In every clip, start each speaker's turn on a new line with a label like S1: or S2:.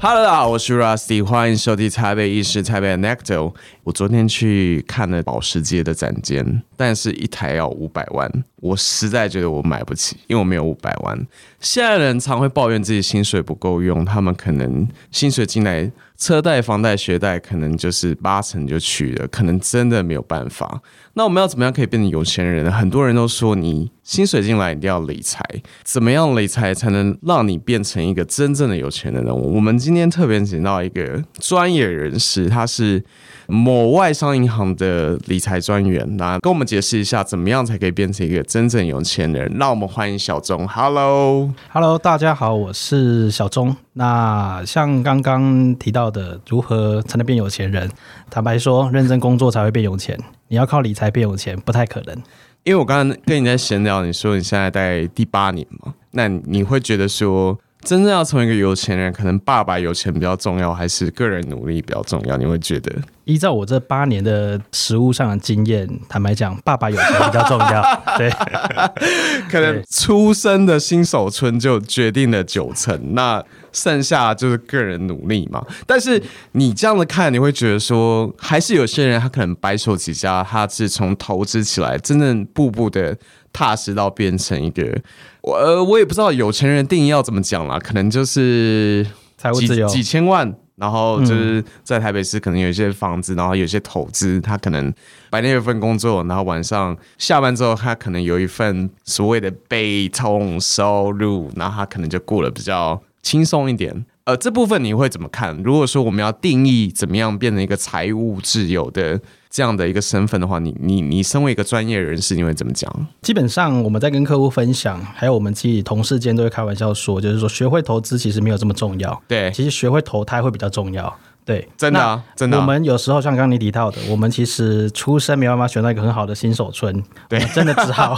S1: Hello，大家好，我是 Rusty，欢迎收听台北意识台北 Anecdo。我昨天去看了保时捷的展间，但是一台要五百万，我实在觉得我买不起，因为我没有五百万。现在人常会抱怨自己薪水不够用，他们可能薪水进来，车贷、房贷、学贷可能就是八成就去了，可能真的没有办法。那我们要怎么样可以变成有钱人呢？很多人都说你薪水进来一定要理财，怎么样理财才能让你变成一个真正的有钱人呢？我们今天特别请到一个专业人士，他是某外商银行的理财专员，那跟我们解释一下怎么样才可以变成一个真正有钱人。让我们欢迎小钟，Hello。
S2: Hello，大家好，我是小钟。那像刚刚提到的，如何才能变有钱人？坦白说，认真工作才会变有钱。你要靠理财变有钱，不太可能。
S1: 因为我刚刚跟你在闲聊，你说你现在在第八年嘛，那你会觉得说，真正要成为一个有钱人，可能爸爸有钱比较重要，还是个人努力比较重要？你会觉得？
S2: 依照我这八年的实务上的经验，坦白讲，爸爸有钱比较重要。对，
S1: 可能出生的新手村就决定了九成，那剩下就是个人努力嘛。但是你这样的看，你会觉得说，还是有些人他可能白手起家，他是从投资起来，真正步步的踏实到变成一个，我、呃、我也不知道有钱人定义要怎么讲啦，可能就是
S2: 财务
S1: 几
S2: 自由，嗯
S1: 几千万，然后就是在台北市可能有一些房子，然后有一些投资，他可能白天有一份工作，然后晚上下班之后，他可能有一份所谓的被动收入，然后他可能就过得比较轻松一点。呃，这部分你会怎么看？如果说我们要定义怎么样变成一个财务自由的这样的一个身份的话，你你你身为一个专业人士，你会怎么讲？
S2: 基本上我们在跟客户分享，还有我们自己同事间都会开玩笑说，就是说学会投资其实没有这么重要，
S1: 对，
S2: 其实学会投胎会比较重要。对，
S1: 真的、啊，真的、
S2: 我
S1: 啊，
S2: 们有时候像刚刚你提到的，我们其实出生没办法选到一个很好的新手村，呃
S1: 对，
S2: 真的 只好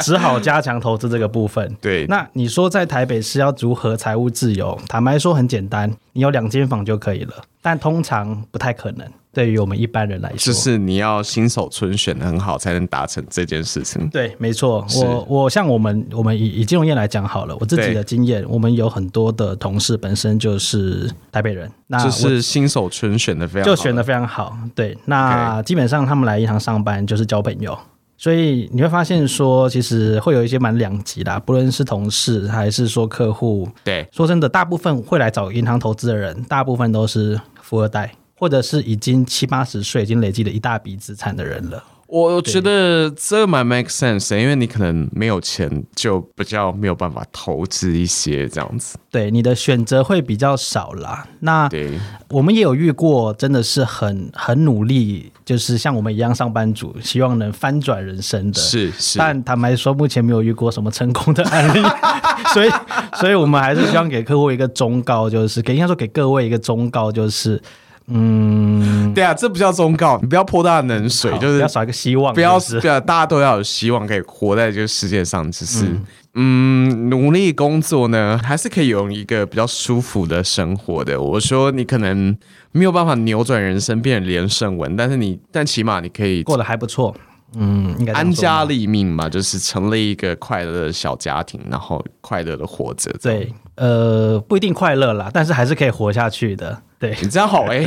S2: 只好加强投资这个部分。
S1: 对，
S2: 那你说在台北市要如何财务自由？坦白说很简单，你有两间房就可以了，但通常不太可能。对于我们一般人来
S1: 就
S2: 说，
S1: 是你要新手村选的很好，才能达成这件事情。
S2: 对，没错，我我像我们我们以以金融业来讲好了，我自己
S1: 对
S2: 的经验，我们有很多的同事本身就是台北人，那
S1: 就
S2: 我
S1: 是新手村选的非常好
S2: 就选的非常好。对，那基本上他们来银行上班就是交朋友，所以你会发现说，其实会有一些蛮两极啦，不论是同事还是说客户。
S1: 对
S2: 说真的，大部分会来找银行投资的人，大部分都是富二代，或者是已经七八十岁，已经累积了一大笔资产的人了。
S1: 我觉得这蛮 make sense，的因为你可能没有钱，就比较没有办法投资一些这样子。
S2: 对，你的选择会比较少啦。那
S1: 对，
S2: 我们也有遇过，真的是很很努力，就是像我们一样上班族，希望能翻转人生的。
S1: 是是，
S2: 但坦白说，目前没有遇过什么成功的 案例，所以，所以我们还是希望给客户一个忠告，就是给应该说给各位一个忠告，就是嗯，
S1: 对啊，这不叫忠告，你不要泼大家冷水，
S2: 好
S1: 就
S2: 不
S1: 是
S2: 要少一个希望，
S1: 不要
S2: 是不是
S1: 对啊，大家都要有希望可以活在这个世界上，只是嗯努力工作呢，还是可以有一个比较舒服的生活的。我说你可能没有办法扭转人生变成连胜文，但是你但起码你可以
S2: 过得还不错，嗯，应该这样
S1: 安
S2: 说
S1: 家立命嘛，就是成立一个快乐的小家庭，然后快乐的活着。
S2: 对，呃，不一定快乐啦，但是还是可以活下去的，对，
S1: 你这样好 黑，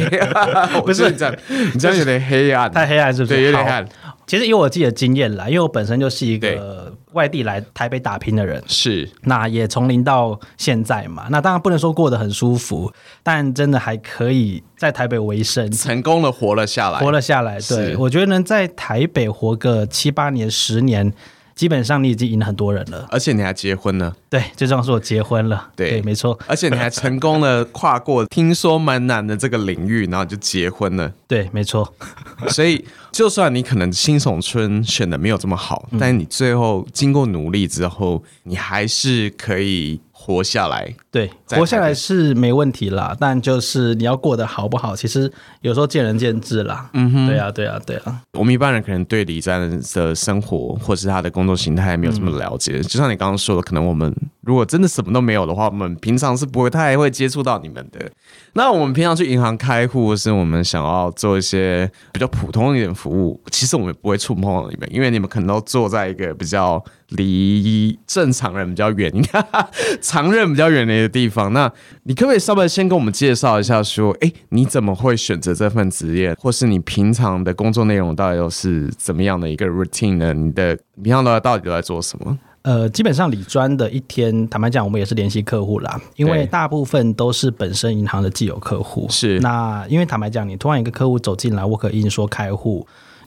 S1: 不是你这样，你这样有点黑暗，
S2: 太黑暗是不是？
S1: 对，有点
S2: 好
S1: 黑暗，
S2: 其实以我自己的经验啦，因为我本身就是一个外地来台北打拼的人，
S1: 是
S2: 那也从零到现在嘛，那当然不能说过得很舒服，但真的还可以在台北为生，
S1: 成功的活了下来，
S2: 活了下来。对
S1: 是
S2: 我觉得能在台北活个七八年、十年，基本上你已经赢了很多人了。
S1: 而且你还结婚了。
S2: 对，最重要是我结婚了。
S1: 对
S2: 没错，
S1: 而且你还成功的跨过听说蛮难的这个领域，然后就结婚了。
S2: 对，没错，
S1: 所以，就算你可能新手村选的没有这么好，
S2: 嗯
S1: 但是你最后经过努力之后，你还是可以活下来。
S2: 对，
S1: 在
S2: 活下来是没问题啦，但就是你要过得好不好，其实有时候见仁见智啦。嗯哼，对啊，对啊，对啊，
S1: 我们一般人可能对李诞的生活或是他的工作形态没有这么了解，就像你刚刚说的，可能我们如果真的什么都没有的话，我们平常是不会太会接触到你们的。那我们平常去银行开户，或是我们想要做一些比较普通一点的服务，其实我们也不会触碰到你们，因为你们可能都坐在一个比较离正常人比较远，你看 常人比较远的一个地方。那你可不可以稍微先跟我们介绍一下，说，哎、你怎么会选择这份职业，或是你平常的工作内容到底又是怎么样的一个 routine 呢？你的你平常都到底都在做什么？
S2: 呃，基本上理专的一天，坦白讲，我们也是联系客户啦，因为
S1: 对
S2: 大部分都是本身银行的既有客户。
S1: 是
S2: 那因为坦白讲，你突然一个客户走进来，work in 说开户，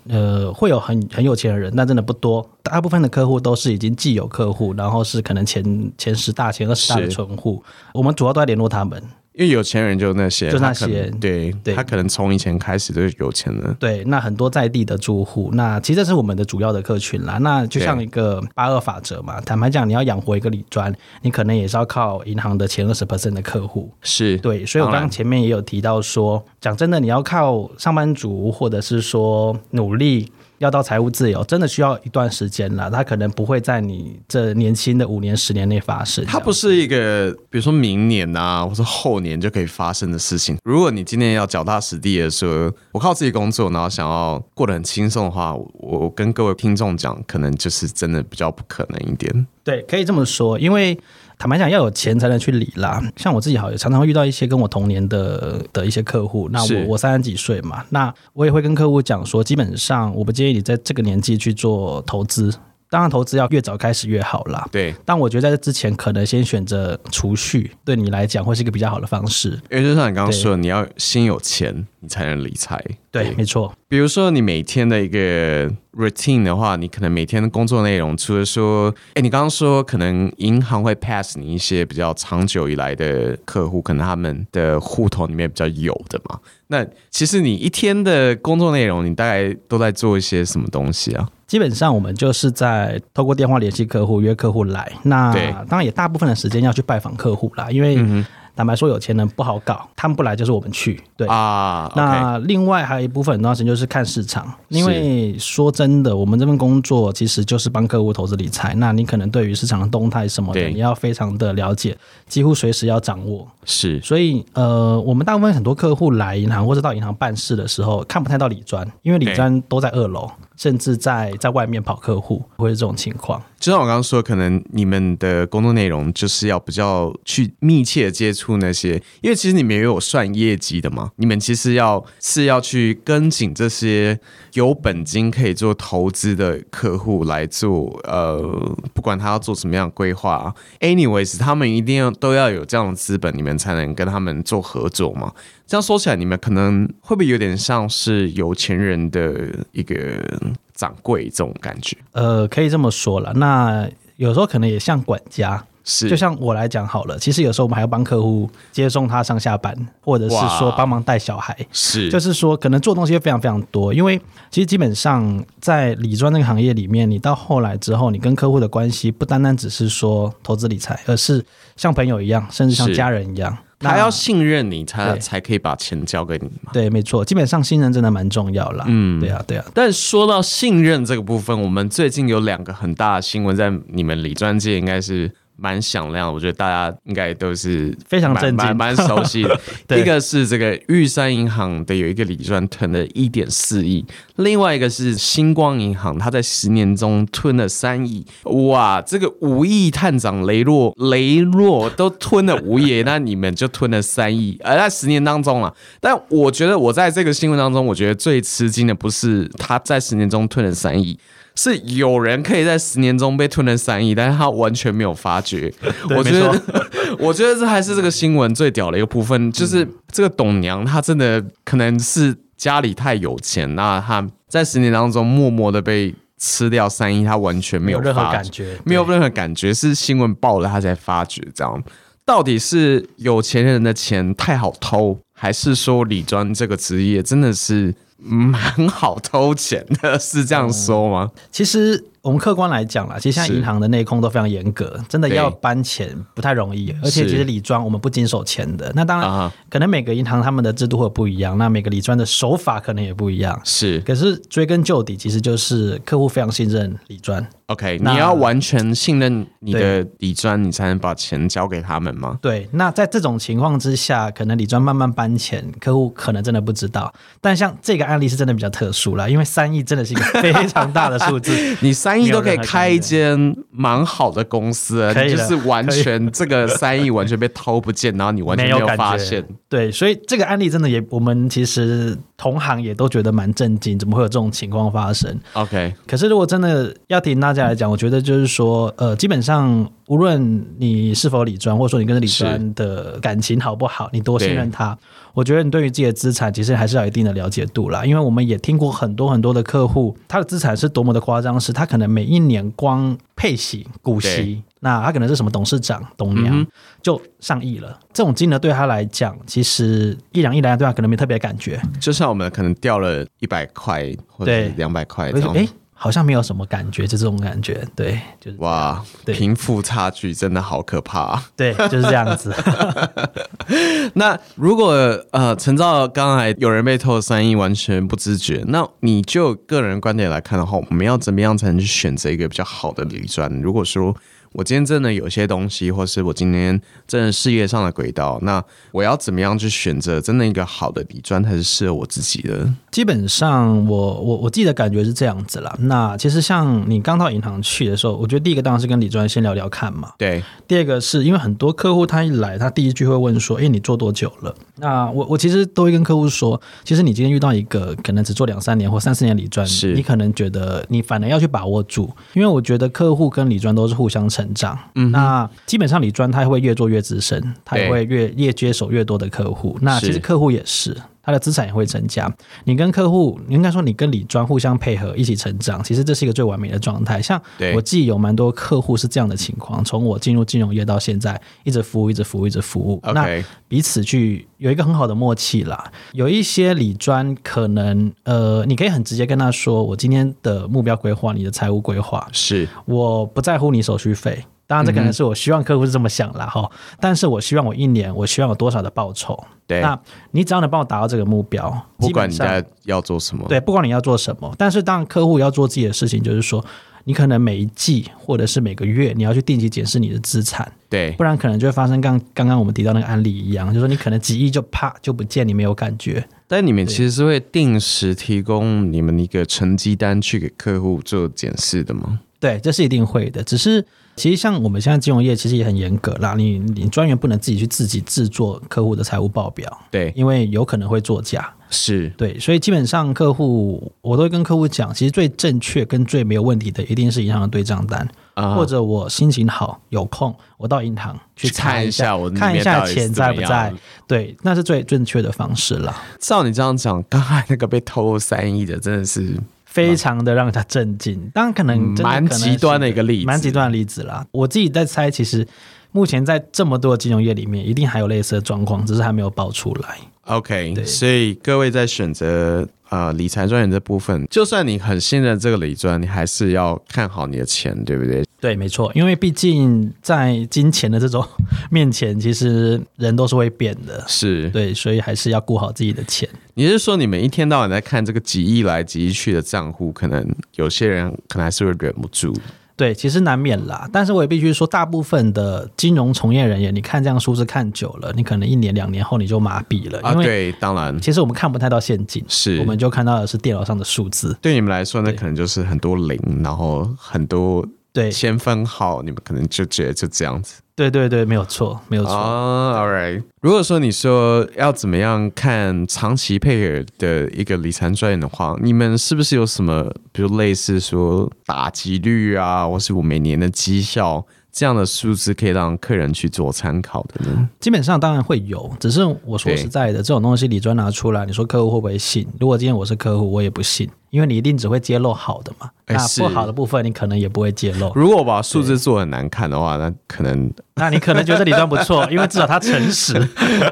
S2: 呃，会有很很有钱的人，但真的不多。大部分的客户都是已经既有客户，然后是可能前前十大、前二十大的
S1: 是
S2: 存户，我们主要都在联络他们。
S1: 因为有钱人就那些，
S2: 就那
S1: 他可能
S2: 些
S1: 对，
S2: 对
S1: 他可能从以前开始就是有钱人。
S2: 对，那很多在地的住户，那其实这是我们的主要的客群啦。那就像一个八二法则嘛，坦白讲，你要养活一个理专，你可能也是要靠银行的前二十 percent 的客户。
S1: 是，
S2: 对，所以我
S1: 当
S2: 刚
S1: 然
S2: 刚前面也有提到说，讲真的，你要靠上班族或者是说努力。要到财务自由，真的需要一段时间啦。它可能不会在你这年轻的五年、十年内发生。
S1: 它不是一个，比如说明年啊，或者后年就可以发生的事情。如果你今年要脚踏实地的说，我靠自己工作，然后想要过得很轻松的话，我我跟各位听众讲，可能就是真的比较不可能一点。
S2: 对，可以这么说，因为坦白讲，要有钱才能去理啦。像我自己好，也常常会遇到一些跟我同年的的一些客户。那
S1: 是
S2: 我我三十几岁嘛，那我也会跟客户讲说，基本上我不建议你在这个年纪去做投资。当然，投资要越早开始越好啦。
S1: 对，
S2: 但我觉得在这之前，可能先选择储蓄，对你来讲会是一个比较好的方式。
S1: 因为就像你刚刚
S2: 对
S1: 说的，你要先有钱，你才能理财。
S2: 对，没错。
S1: 比如说你每天的一个 routine 的话，你可能每天的工作内容，除了说，哎，你刚刚说可能银行会 pass 你一些比较长久以来的客户，可能他们的户头里面比较有的嘛。那其实你一天的工作内容，你大概都在做一些什么东西啊？
S2: 基本上我们就是在透过电话联系客户，约客户来。那
S1: 对嗯
S2: 当然也大部分的时间要去拜访客户啦，因为坦白说有钱人不好搞，他们不来就是我们去。对，
S1: 啊，OK，
S2: 那另外还有一部分很重要的时间就是看市场，因为说真的，我们这份工作其实就是帮客户投资理财，那你可能对于市场的动态什么的，
S1: 对
S2: 你要非常的了解，几乎随时要掌握。
S1: 是
S2: 所以呃，我们大部分很多客户来银行或者到银行办事的时候，看不太到理专，因为理专都在二楼，甚至在在外面跑客户，会是这种情况。
S1: 就像我刚刚说，可能你们的工作内容就是要比较去密切地接触那些，因为其实你们也有算业绩的嘛，你们其实要是要去跟紧这些有本金可以做投资的客户来做，呃，不管他要做什么样的规划、啊、，anyways，他们一定要都要有这样的资本，你们才能跟他们做合作嘛。这样说起来，你们可能会不会有点像是有钱人的一个掌柜这种感觉？
S2: 呃，可以这么说了。那有时候可能也像管家，
S1: 是，
S2: 就像我来讲好了，其实有时候我们还要帮客户接送他上下班，或者是说
S1: 哇
S2: 帮忙带小孩。
S1: 是，
S2: 就是说，可能做东西会非常非常多，因为其实基本上在理专这个行业里面，你到后来之后，你跟客户的关系不单单只是说投资理财，而是像朋友一样，甚至像
S1: 是
S2: 家人一样。
S1: 他
S2: 那
S1: 要信任你，他
S2: 对
S1: 才可以把钱交给你嘛。
S2: 对，没错，基本上信任真的蛮重要啦。嗯，对啊，对啊，
S1: 但说到信任这个部分，我们最近有两个很大的新闻，在你们理专界应该是蛮响亮的，我觉得大家应该都是
S2: 非常
S1: 蛮
S2: 震惊
S1: 蛮蛮熟悉的。
S2: 对
S1: 一个是这个玉山银行的有一个理专吞了一点四亿，另外一个是星光银行，它在十年中吞了三亿。哇，这个五亿探长雷洛雷洛都吞了五亿， 那你们就吞了三亿，呃，在十年当中了。但我觉得我在这个新闻当中，我觉得最吃惊的不是他在十年中吞了三亿。是有人可以在十年中被吞了三亿，但是他完全没有发 觉。我觉得
S2: 没， 嗯
S1: 我觉得这还是这个新闻最屌的一个部分，就是这个董娘她真的可能是家里太有钱，那她在十年当中默默的被吃掉三亿，她完全没有
S2: 任何
S1: 发
S2: 感
S1: 觉，
S2: 觉，
S1: 没有任何感觉，是新闻报了她才发觉这样。到底是有钱人的钱太好偷，还是说理专这个职业真的是蛮好偷钱的？是这样说吗？
S2: 其实我们客观来讲啊啦，其实现在
S1: 是
S2: 银行的内控都非常严格，真的
S1: 对
S2: 要搬钱不太容易，而且
S1: 是
S2: 其实理专我们不经手钱的。那当然，
S1: 啊
S2: 可能每个银行他们的制度会不一样，那每个理专的手法可能也不一样。
S1: 是
S2: 可是追根究底，其实就是客户非常信任理专。
S1: OK，
S2: 那
S1: 你要完全信任你的底专，你才能把钱交给他们吗？
S2: 对，那在这种情况之下，可能理专慢慢搬钱，客户可能真的不知道。但像这个案例是真的比较特殊啦，因为三亿真的是一个非常大的数字，
S1: 你三三亿都可以开一间蛮好的公司了，
S2: 可以
S1: 你就
S2: 了
S1: 是完全这个三亿完全被掏不见，然后你完全
S2: 没
S1: 没有
S2: 感
S1: 发
S2: 觉
S1: 现。。
S2: 对，所以这个案例真的也，我们其实同行也都觉得蛮震惊，怎么会有这种情况发生？
S1: OK，
S2: 可是，如果真的要提醒大家来讲，我觉得就是说，呃，基本上无论你是否理专，或者说你跟理专的感情好不好，你多信任他，我觉得你对于自己的资产其实还是要有一定的了解度啦。因为我们也听过很多很多的客户，他的资产是多么的夸张，是他可能每一年光配息、股
S1: 对
S2: 息，那他可能是什么董事长、董娘、
S1: 嗯
S2: 就上亿了。这种金额对他来讲，其实一两亿来讲对他可能没特别感觉，
S1: 就像我们可能掉了一百块或者
S2: 对
S1: 两百块这
S2: 而且
S1: 样，
S2: 哎。诶好像没有什么感觉，就这种感觉，对，就是
S1: 哇，
S2: 对
S1: 贫富差距真的好可怕、啊。
S2: 对，就是这样子。
S1: 那如果呃，陈照刚才有人被偷了三亿，完全不知觉，那你就个人观点来看的话，我们要怎么样才能去选择一个比较好的理专？如果说我今天真的有些东西，或是我今天真的事业上的轨道，那我要怎么样去选择真的一个好的理专才是适合我自己的？
S2: 基本上我，我我自己的感觉是这样子啦。那其实像你刚到银行去的时候，我觉得第一个当然是跟李专先聊聊看嘛。
S1: 对，
S2: 第二个是因为很多客户他一来，他第一句会问说：“诶，你做多久了？”那我我其实都会跟客户说，其实你今天遇到一个可能只做两三年或三四年理专，
S1: 是
S2: 你可能觉得你反而要去把握住，因为我觉得客户跟理专都是互相成长。嗯，那基本上理专他会越做越资深，他也
S1: 对
S2: 会越越接手越多的客户。那其
S1: 是
S2: 实客户也是。他的资产也会增加。你跟客户，你应该说你跟理专互相配合，一起成长。其实这是一个最完美的状态。像
S1: 对
S2: 我自己有蛮多客户是这样的情况，从我进入金融业到现在，一直服务，一直服务，一直服务。那
S1: OK，
S2: 彼此去有一个很好的默契啦。有一些理专可能，呃，你可以很直接跟他说，我今天的目标规划，你的财务规划，
S1: 是
S2: 我不在乎你手续费。当然，这可
S1: 嗯
S2: 能是我希望客户是这么想啦哈、但是我希望我一年，我希望有多少的报酬？
S1: 对。
S2: 那你只要能帮我达到这个目标，
S1: 不管你
S2: 基本上
S1: 在要做什么，
S2: 对，不管你要做什么，但是当然客户要做自己的事情，就是说，你可能每一季或者是每个月，你要去定期检视你的资产，
S1: 对
S2: 不然可能就会发生刚刚刚我们提到那个案例一样，就是说你可能几亿就啪就不见，你没有感觉。
S1: 但你们其实是会定时提供你们一个成绩单去给客户做检视的吗？
S2: 对，这是一定会的。只是其实像我们现在金融业其实也很严格啦，你你专员不能自己去自己制作客户的财务报表，
S1: 对，
S2: 因为有可能会作假。
S1: 是
S2: 对，所以基本上客户我都会跟客户讲，其实最正确跟最没有问题的一定是银行的对账单，
S1: 啊
S2: 或者我心情好有空，我到银行去查
S1: 看一
S2: 一下，
S1: 下我里
S2: 看一
S1: 面到
S2: 下
S1: 底是
S2: 钱
S1: 怎么
S2: 在不
S1: 样
S2: 在。对，那是最正确的方式啦，
S1: 照你这样讲，刚才那个被偷三亿的真的是
S2: 非常的让人家震惊。当然，可能
S1: 嗯
S2: 真的
S1: 蛮
S2: 可能
S1: 极端的一
S2: 是
S1: 个例子，
S2: 蛮极端的例子啦。我自己在猜，其实目前在这么多的金融业里面，一定还有类似的状况，只是还没有爆出来。
S1: OK，
S2: 对
S1: 所以各位在选择呃理财专员这部分，就算你很信任这个理专，你还是要看好你的钱，对不对？
S2: 对，没错，因为毕竟在金钱的这种 面前，其实人都是会变的。
S1: 是，
S2: 对，所以还是要顾好自己的钱。
S1: 你是说你们一天到晚在看这个几亿来几亿去的账户，可能有些人可能还是会忍不住。
S2: 对，其实难免啦，但是我也必须说，大部分的金融从业人员，你看这样数字看久了，你可能一年两年后你就麻痹了，
S1: 啊，
S2: 因为
S1: 对，当然
S2: 其实我们看不太到现金，
S1: 是
S2: 我们就看到的是电脑上的数字。
S1: 对你们来说，那
S2: 对
S1: 可能就是很多零，然后很多
S2: 对，
S1: 先分号，你们可能就觉得就这样子。
S2: 对对对，没有错，没有错。
S1: 啊、a l right。如果说你说要怎么样看长期配偶的一个理财专员的话，你们是不是有什么，比如类似说打击率啊，或是我每年的绩效这样的数字，可以让客人去做参考的呢？
S2: 基本上当然会有，只是我说
S1: 对
S2: 实在的，这种东西理专拿出来，你说客户会不会信？如果今天我是客户，我也不信，因为你一定只会揭露好的嘛。
S1: 哎
S2: 那
S1: 是
S2: 不好的部分，你可能也不会揭露。
S1: 如果我把数字做得很难看的话，那可能
S2: 那你可能觉得理专不 错，因为至少他诚实。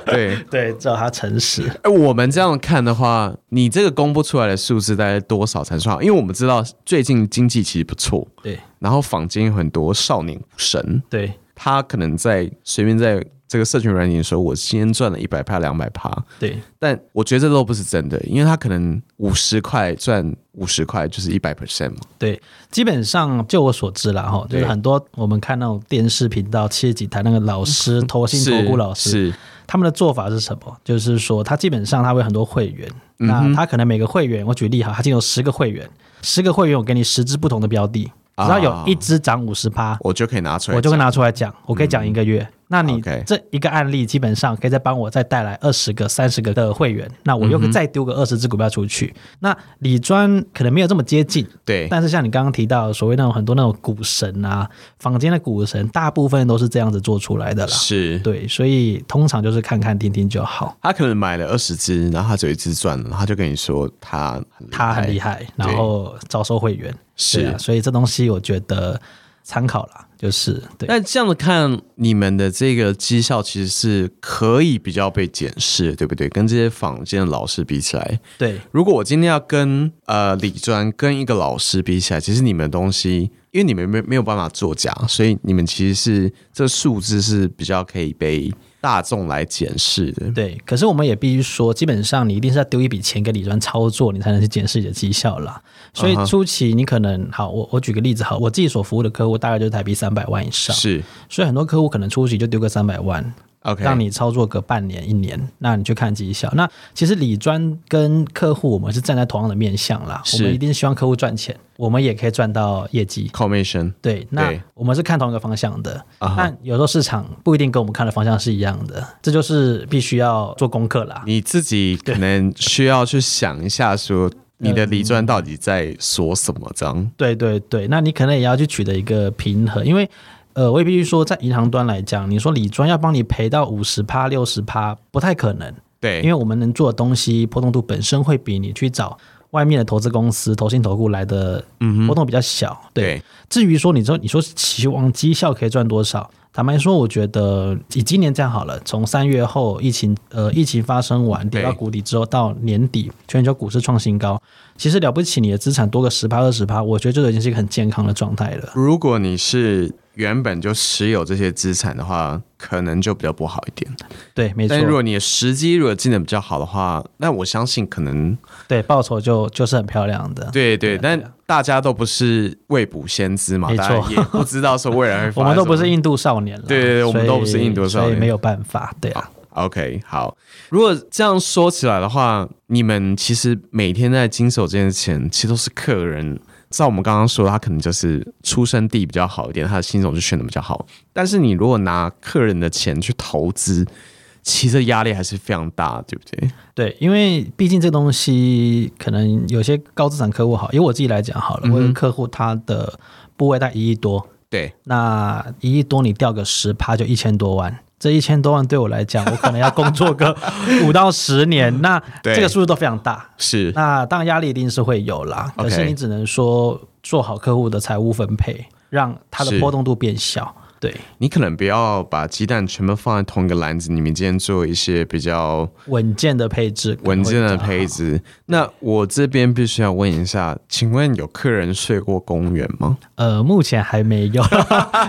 S1: 对。
S2: 对，至少他诚实。
S1: 哎，我们这样看的话，你这个公布出来的数字大概多少才算好？因为我们知道最近经济其实不错，
S2: 对
S1: 然后坊间有很多少年股神，
S2: 对
S1: 他可能在随便在这个社群软件说，我今天赚了一百趴、两百趴，
S2: 对
S1: 但我觉得这都不是真的，因为他可能五十块赚五十块就是一百 percent 嘛。
S2: 对，基本上就我所知啦，哈，就
S1: 对
S2: 是很多我们看那种电视频道七十几台那个老师投 信
S1: 是
S2: 投顾老师，
S1: 是
S2: 他们的做法是什么？就是说，他基本上他会有很多会员，
S1: 嗯
S2: 那他可能每个会员，我举例哈，他今天有十个会员，十个会员我给你十只不同的标的，
S1: 啊
S2: 只要有一只涨五十趴，
S1: 我就可以拿出来，
S2: 我就会。拿出来讲，我可以讲一个月。那你
S1: 嗯 OK
S2: 这一个案例基本上可以再帮我再带来二十个、三十个的会员，那我又
S1: 嗯
S2: 再丢个二十只股票出去。那理专可能没有这么接近，
S1: 对，
S2: 但是像你刚刚提到的所谓那种很多那种股神啊，坊间的股神，大部分都是这样子做出来的啦。
S1: 是
S2: 对，所以通常就是看看听听就好。
S1: 他可能买了二十只，然后他只有一只赚了，他就跟你说他很厉害
S2: 他很厉害，然后招收会员，
S1: 哎是
S2: 对啊，所以这东西我觉得参考啦，就是对。
S1: 那这样子看，你们的这个绩效其实是可以比较被检视，对不对？跟这些坊间的老师比起来，
S2: 对，
S1: 如果我今天要跟呃理专跟一个老师比起来，其实你们的东西，因为你们没没有办法作假，所以你们其实是这数字是比较可以被大众来检视的。
S2: 对，可是我们也必须说，基本上你一定是要丢一笔钱给理专操作，你才能去检视你的绩效啦。所
S1: 嗯
S2: 以初期你可能好，我我举个例子好，我自己所服务的客户大概就是啊台币三百万以上，
S1: 是
S2: 所以很多客户可能初期就丢个三百万，
S1: OK，
S2: 让你操作个半年一年，那你去看绩效。那其实理专跟客户我们是站在同样的面向啦，我
S1: 是
S2: 们一定希望客户赚钱，我们也可以赚到业绩。
S1: commission
S2: 对，那
S1: 对
S2: 我们是看同一个方向的，
S1: 啊哈
S2: 但有时候市场不一定跟我们看的方向是一样的，这就是必须要做功课啦。
S1: 你自己可能需要去想一下，说你的理专到底在说什么？这样
S2: 对对对，那你可能也要去取得一个平衡，因为呃，我也必须说，在银行端来讲，你说理专要帮你赔到五十趴、六十趴，不太可能，因
S1: 对
S2: 为我们能做的东西波动度本身会比你去找外面的投资公司、投信投顾来的波动比较小。对，
S1: 嗯对
S2: 至于说你说你说期望绩效可以赚多少，坦白说，我觉得以今年这样好了，从三月后疫情呃疫情发生完跌到
S1: 对
S2: 谷底之后，到年底全球股市创新高，其实了不起，你的资产多个十趴二十趴，我觉得这个已经是一个很健康的状态了。
S1: 如果你是原本就持有这些资产的话，可能就比较不好一点。
S2: 对，没错
S1: 但，如果你的时机如果进的比较好的话，那我相信可 能
S2: 对，报酬就就是很漂亮的。
S1: 对对，但大家都不是未卜先知嘛，
S2: 没
S1: 大家
S2: 错
S1: 也不知道说未来会发生什
S2: 我
S1: 么。
S2: 们都不是印度少年了，
S1: 对对对我们都不是
S2: 所以
S1: 印度少年
S2: 所以没有办法，对啊，
S1: OK，好。如果这样说起来的话，你们其实每天在经手这件事情，其实都是客人。照我们刚刚说的，他可能就是出生地比较好一点，他的新手就选的比较好。但是你如果拿客人的钱去投资，其实压力还是非常大，对不对？
S2: 对，因为毕竟这东西可能有些高资产客户好，以我自己来讲
S1: 嗯
S2: 好了，我有个客户他的部位大概一亿多，
S1: 对，
S2: 那一亿多你掉个十趴就一千多万。这一千多万对我来讲，我可能要工 作个五到十年，那
S1: 对
S2: 这个数字都非常大。
S1: 是
S2: 那当然压力一定是会有啦，可是
S1: OK
S2: 你只能说做好客户的财务分配，让它
S1: 是
S2: 的波动度变小。对，
S1: 你可能不要把鸡蛋全部放在同一个篮子里面，今天做一些比较
S2: 稳健的配置，
S1: 文件的配
S2: 置。
S1: 置。那我这边必须要问一下，请问有客人睡过公园吗？
S2: 呃，目前还没 有，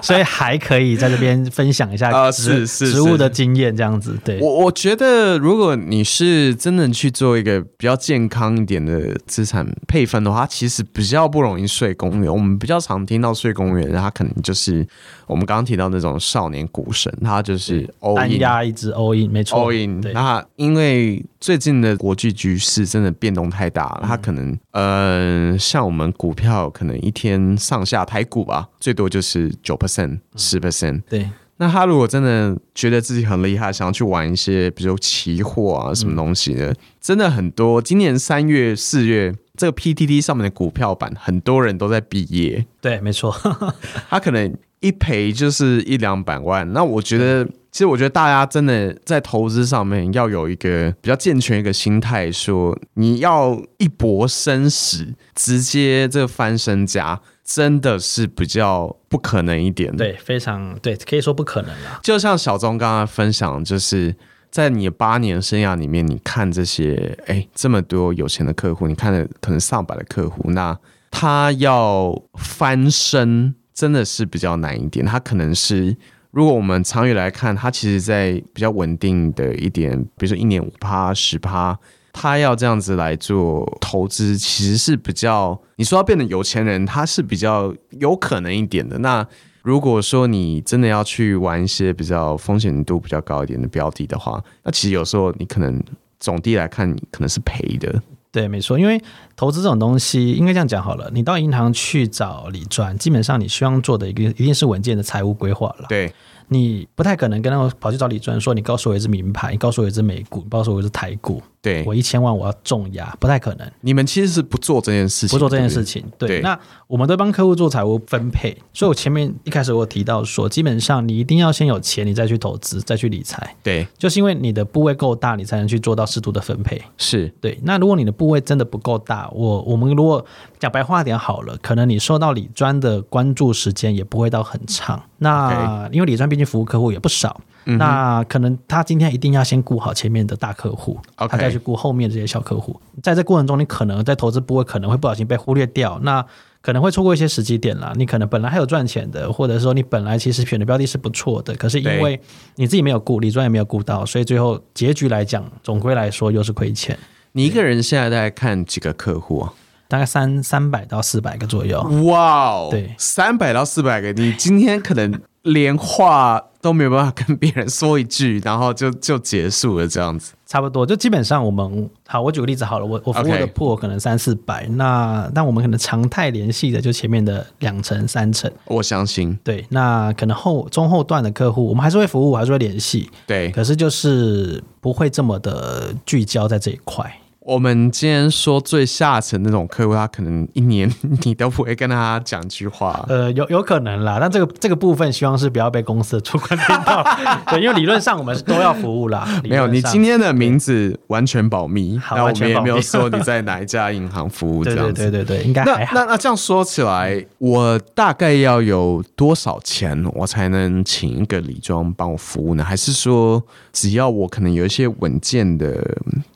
S2: 所以还可以在这边分享一下
S1: 啊
S2: 植
S1: 是是
S2: 植物
S1: 是
S2: 的经验，这样子。对，
S1: 我我觉得，如果你是真的去做一个比较健康一点的资产配分的话，它其实比较不容易睡公园。我们比较常听到睡公园，它可能就是我们刚刚提到那种少年股神，他就是
S2: 单
S1: all in
S2: 压一只 all in，没错
S1: all in。
S2: 对
S1: 那因为最近的国际局势真的变动太大了，它可能
S2: 嗯
S1: 呃，像我们股票可能一天上下台股吧，最多就是九 percent、十 percent。
S2: 对
S1: 那他如果真的觉得自己很厉害，想要去玩一些，比如期货啊什么东西的，真的很多。今年三月、四月，这个 PTT 上面的股票版，很多人都在毕业，
S2: 对，没错。
S1: 嗯他可能一赔就是一两百万。那我觉得，其实我觉得大家真的在投资上面要有一个比较健全一个心态，说你要一搏生死，直接这个翻身家，真的是比较不可能一点。
S2: 对，非常对，可以说不可能啊啦。
S1: 就像小钟刚刚分享，就是在你八年生涯里面，你看这些哎、这么多有钱的客户，你看了可能上百的客户，那他要翻身真的是比较难一点。他可能是如果我们长远来看，他其实在比较稳定的一点，比如说一年五趴、十趴。他要这样子来做投资，其实是比较你说要变得有钱人，他是比较有可能一点的。那如果说你真的要去玩一些比较风险度比较高一点的标的的话，那其实有时候你可能总体来看，你可能是赔的。
S2: 对，没错，因为投资这种东西，应该这样讲好了。你到银行去找理专，基本上你希望做的一个一定是稳健的财务规划了。
S1: 对，
S2: 你不太可能跟他们跑去找理专说，你告诉我一只名牌，你告诉我一只美股，你告诉我一只台股，
S1: 对
S2: 我一千万我要重压，不太可能。
S1: 你们其实是不做这件事情，
S2: 不做这件
S1: 对
S2: 事
S1: 不对，
S2: 情。
S1: 对
S2: 对，那我们都帮客户做财务分配，所以我前面一开始我有提到说，基本上你一定要先有钱，你再去投资，再去理财，
S1: 对，
S2: 就是因为你的部位够大，你才能去做到适度的分配。
S1: 是
S2: 对，那如果你的部位真的不够大，我我们如果讲白话点好了，可能你受到理专的关注时间也不会到很长。那因为理专毕竟服务客户也不少，
S1: 嗯
S2: 那可能他今天一定要先顾好前面的大客户
S1: OK
S2: 他再去顾后面这些小客户。在这过程中，你可能在投资部位可能会不小心被忽略掉，那可能会错过一些时机点啦。你可能本来还有赚钱的，或者说你本来其实选的标的是不错的，可是因
S1: 对
S2: 为你自己没有顾，理专也没有顾到，所以最后结局来讲，总归来说又是亏钱。
S1: 你一个人现在大概看几个客户啊？
S2: 大概三三百到四百个左右。
S1: 哇哦，
S2: 对
S1: 三百到四百个，你今天可能连话都没有办法跟别人说一句，然后就就结束了这样子。
S2: 差不多，就基本上我们好，我举个例子好了，我我服务
S1: OK
S2: 的破可能三四百，那但我们可能常态联系的就前面的两成三成，
S1: 我相信，
S2: 对，那可能后中后段的客户，我们还是会服务，还是会联系，
S1: 对
S2: 可是就是不会这么的聚焦在这一块。
S1: 我们今天说最下层那种客户，他可能一年你都不会跟他讲句话。
S2: 呃，有有可能啦，但这个这个部分希望是不要被公司的主管听到， 对，因为理论上我们是都要服务啦。理
S1: 没有，
S2: 论
S1: 你
S2: 上
S1: 今天的名字完全保密，
S2: 好
S1: 那我
S2: 完
S1: 们
S2: 全
S1: 也
S2: 保
S1: 没
S2: 密
S1: 有说你在哪一家银行服务这
S2: 对
S1: 样
S2: 对
S1: 子。
S2: 对对对，应该
S1: 那
S2: 还好。
S1: 那那这样说起来，我大概要有多少钱，我才能请一个理妆帮我服务呢？还是说，只要我可能有一些稳健的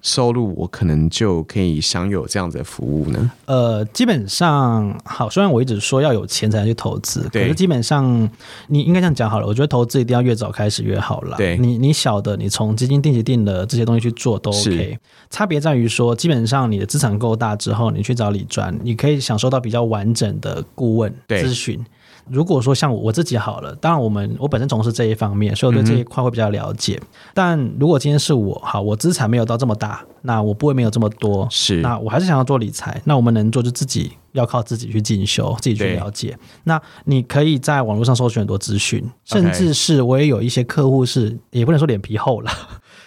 S1: 收入，我可能就可以享有这样子的服务呢？
S2: 呃，基本上好，虽然我一直说要有钱才能去投资，可
S1: 对
S2: 是基本上你应该这样讲好了。我觉得投资一定要越早开始越好啦。
S1: 对
S2: 你你小的，你从基金定期定的这些东西去做都
S1: 是
S2: OK。差别在于说，基本上你的资产够大之后，你去找理专，你可以享受到比较完整的顾问
S1: 对
S2: 咨询。如果说像我我自己好了，当然我们我本身从事这一方面，所以我对这一块会比较了解。但如果今天是我，好，我资产没有到这么大，那我部位没有这么多，
S1: 是
S2: 那啊我还是想要做理财，那我们能做就自己要靠自己去进修，自己去
S1: 对
S2: 了解。那你可以在网络上搜寻很多资讯，甚至是我也有一些客户是也不能说脸皮厚了。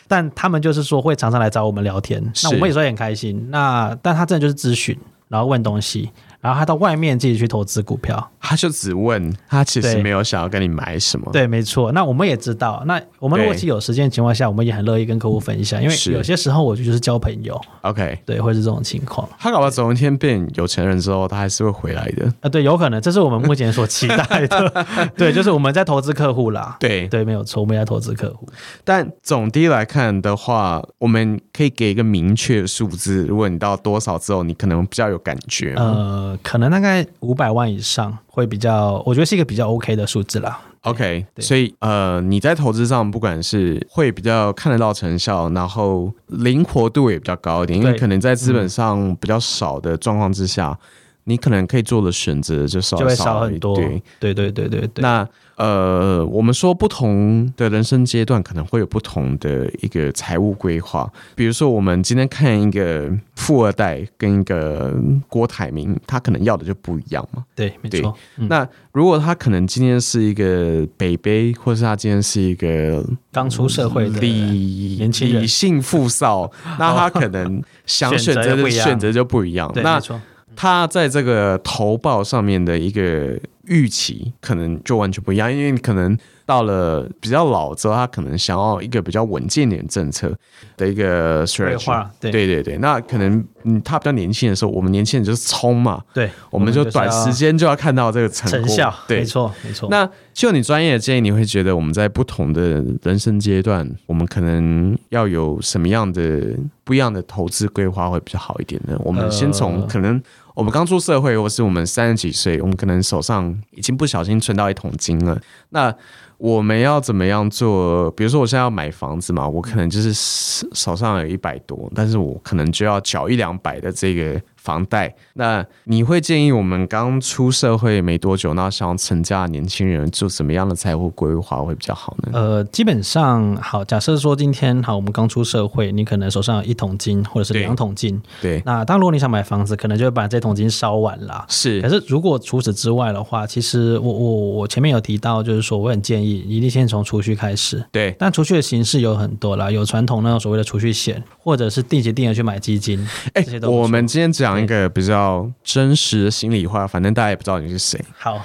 S2: 但他们就是说会常常来找我们聊天，
S1: 是
S2: 那我们有时候也很开心。那但他真的就是咨询，然后问东西，然后他到外面自己去投资股票。
S1: 他就只问，他其实
S2: 对
S1: 没有想要跟你买什么。
S2: 对，没错。那我们也知道，那我们如果
S1: 嗯对
S2: 是有时间的情况下，我们也很乐意跟客户分享，因为
S1: 是
S2: 有些时候我就是交朋友，
S1: ，OK，
S2: 对，会是这种情况。
S1: 他搞不好总有一天变有钱人之后，他还是会回来的。
S2: 啊，对，有可能，这是我们目前所期待 的。对，就是我们在投资客户啦。
S1: 对
S2: 对，没有错，我们在投资客户。
S1: 但总体来看的话，我们可以给一个明确的数字。如果你到多少之后，你可能比较有感觉。
S2: 呃，可能大概五百万以上会比较，我觉得是一个比较 OK 的数字啦。
S1: OK，
S2: 对
S1: 所以呃，你在投资上不管是会比较看得到成效，然后灵活度也比较高一点，因为
S2: 对
S1: 可能在资本上比较少的状况之下，你可能可以做的选择就稍
S2: 就
S1: 微
S2: 会少
S1: 了
S2: 很
S1: 一
S2: 多
S1: 对，。
S2: 对对对对对，
S1: 那呃，我们说不同的人生阶段可能会有不同的一个财务规划。比如说，我们今天看一个富二代跟一个郭台铭，他可能要的就不一样嘛。
S2: 对，没
S1: 对
S2: 错。嗯，
S1: 那如果他可能今天是一个北北，或是他今天是一个
S2: 刚出社会
S1: 嗯
S2: 的
S1: 理
S2: 年轻人
S1: 理性富 少，那他可能想选
S2: 选择
S1: 择
S2: 又
S1: 的
S2: 不一样
S1: 选择就不一样。
S2: 哦对，
S1: 那
S2: 没错。
S1: 他在这个投报上面的一个预期，可能就完全不一样，因为你可能到了比较老之后，他可能想要一个比较稳健一点政策的一个
S2: 规
S1: strategy
S2: 划，对
S1: 对对对，那可能嗯，他比较年轻的时候，我们年轻人就是冲嘛，
S2: 对，
S1: 我们就
S2: 就是
S1: 短
S2: 要
S1: 时间就要看到这个成
S2: 成
S1: 果
S2: 效，
S1: 对
S2: 没。错没错。
S1: 那就你专业的建议，你会觉得我们在不同的人生阶段，我们可能要有什么样的不一样的投资规划会比较好一点呢？我们先从
S2: 呃
S1: 可能我们刚出社会，或是我们三十几岁，我们可能手上已经不小心存到一桶金了，那。我们要怎么样做？比如说，我现在要买房子嘛，我可能就是手手上有一百多，但是我可能就要缴一两百的这个房贷。那你会建议我们刚出社会没多久，那想成家的年轻人做什么样的财务规划会比较好呢？
S2: 呃，基本上好，假设说今天好，我们刚出社会，你可能手上有一桶金或者是
S1: 对
S2: 两桶金，
S1: 对，
S2: 那当然如果你想买房子，可能就会把这桶金烧完啦。可
S1: 是
S2: 是如果除此之外的话，其实我我我前面有提到，就是说我很建议一定先从储蓄开始。
S1: 对
S2: 但储蓄的形式有很多啦，有传统那种所谓的储蓄险，或者是定期定额去买基金，
S1: 哎
S2: 这些，都不错
S1: 我们今天讲一个比较真实的心里话，反正大家也不知道你是谁。
S2: 好，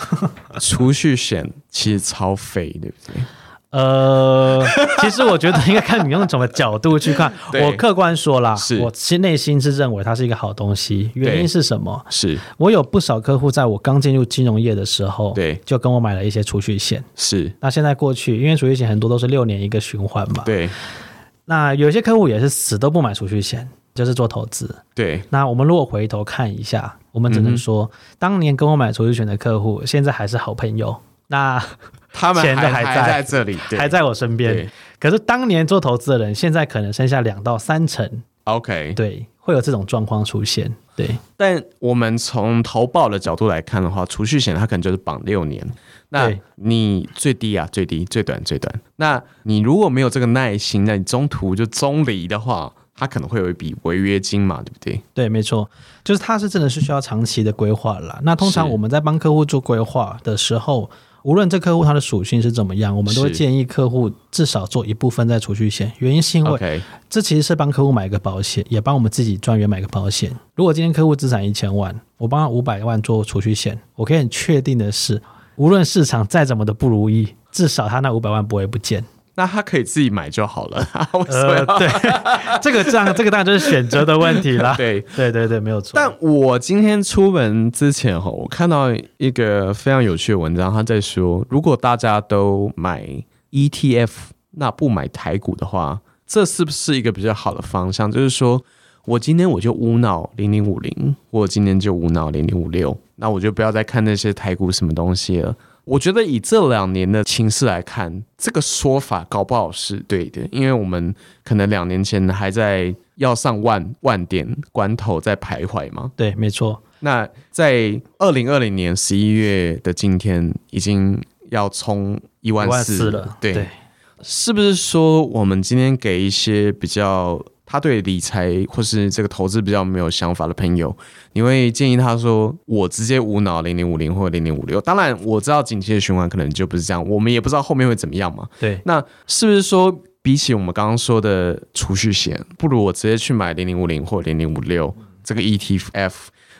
S1: 储蓄险其实超费，对不对？。
S2: 呃，其实我觉得应该看你用什么角度去看
S1: 对
S2: 我客观说啦
S1: 是，
S2: 我心内心是认为它是一个好东西。原
S1: 对
S2: 因是什么？
S1: 是
S2: 我有不少客户在我刚进入金融业的时候，
S1: 对
S2: 就跟我买了一些储蓄险。
S1: 是，
S2: 那现在过去，因为储蓄险很多都是六年一个循环嘛，
S1: 对
S2: 那有些客户也是死都不买储蓄险，就是做投资。
S1: 对
S2: 那我们如果回头看一下，我们只
S1: 嗯
S2: 能说，当年跟我买储蓄险的客户，现在还是好朋友。那
S1: 他们
S2: 钱都
S1: 还
S2: 还
S1: 还
S2: 在
S1: 在这里，对
S2: 还在我身边
S1: 对，
S2: 可是当年做投资的人，现在可能剩下两到三成，
S1: OK。
S2: 对，会有这种状况出现。对，
S1: 但我们从投保的角度来看的话，储蓄险它可能就是绑六年。那
S2: 对
S1: 你最低啊，最低最短最短。那你如果没有这个耐心，那你中途就中离的话，它可能会有一笔违约金嘛，对不对？
S2: 对，没错，就是它是真的是需要长期的规划啦。那通常
S1: 是
S2: 我们在帮客户做规划的时候，无论这客户他的属性是怎么样，我们都会
S1: 是
S2: 建议客户至少做一部分在储蓄险。原因是因为
S1: OK，
S2: 这其实是帮客户买一个保险，也帮我们自己专员买个保险。如果今天客户资产一千万，我帮他五百万做储蓄险，我可以很确定的是，无论市场再怎么的不如意，至少他那五百万不会不见。
S1: 那他可以自己买就好了。 为什么
S2: 呃
S1: 要，
S2: 对， 这个这样这个当然就是选择的问题啦。
S1: 对，
S2: 对对对，没有错。
S1: 但我今天出门之前哈，我看到一个非常有趣的文章，他在说，如果大家都买 ETF，那不买台股的话，这是不是一个比较好的方向？就是说我今天我就无脑零零五零，我今天就无脑零零五六，那我就不要再看那些台股什么东西了。我觉得以这两年的情势来看，这个说法搞不好是对的，因为我们可能两年前还在要上万万点关头在徘徊嘛。
S2: 对，没错，
S1: 那在二零二零年十一月的今天，已经要冲一
S2: 一
S1: 万
S2: 万
S1: 四
S2: 四了。
S1: 对，是不是说我们今天给一些比较他对理财或是这个投资比较没有想法的朋友，你会建议他说我直接无脑零零五零或零零五六？当然我知道景气的循环可能就不是这样，我们也不知道后面会怎么样嘛。
S2: 对
S1: 那是不是说比起我们刚刚说的储蓄险，不如我直接去买零零五零或零零五六这个 ETF？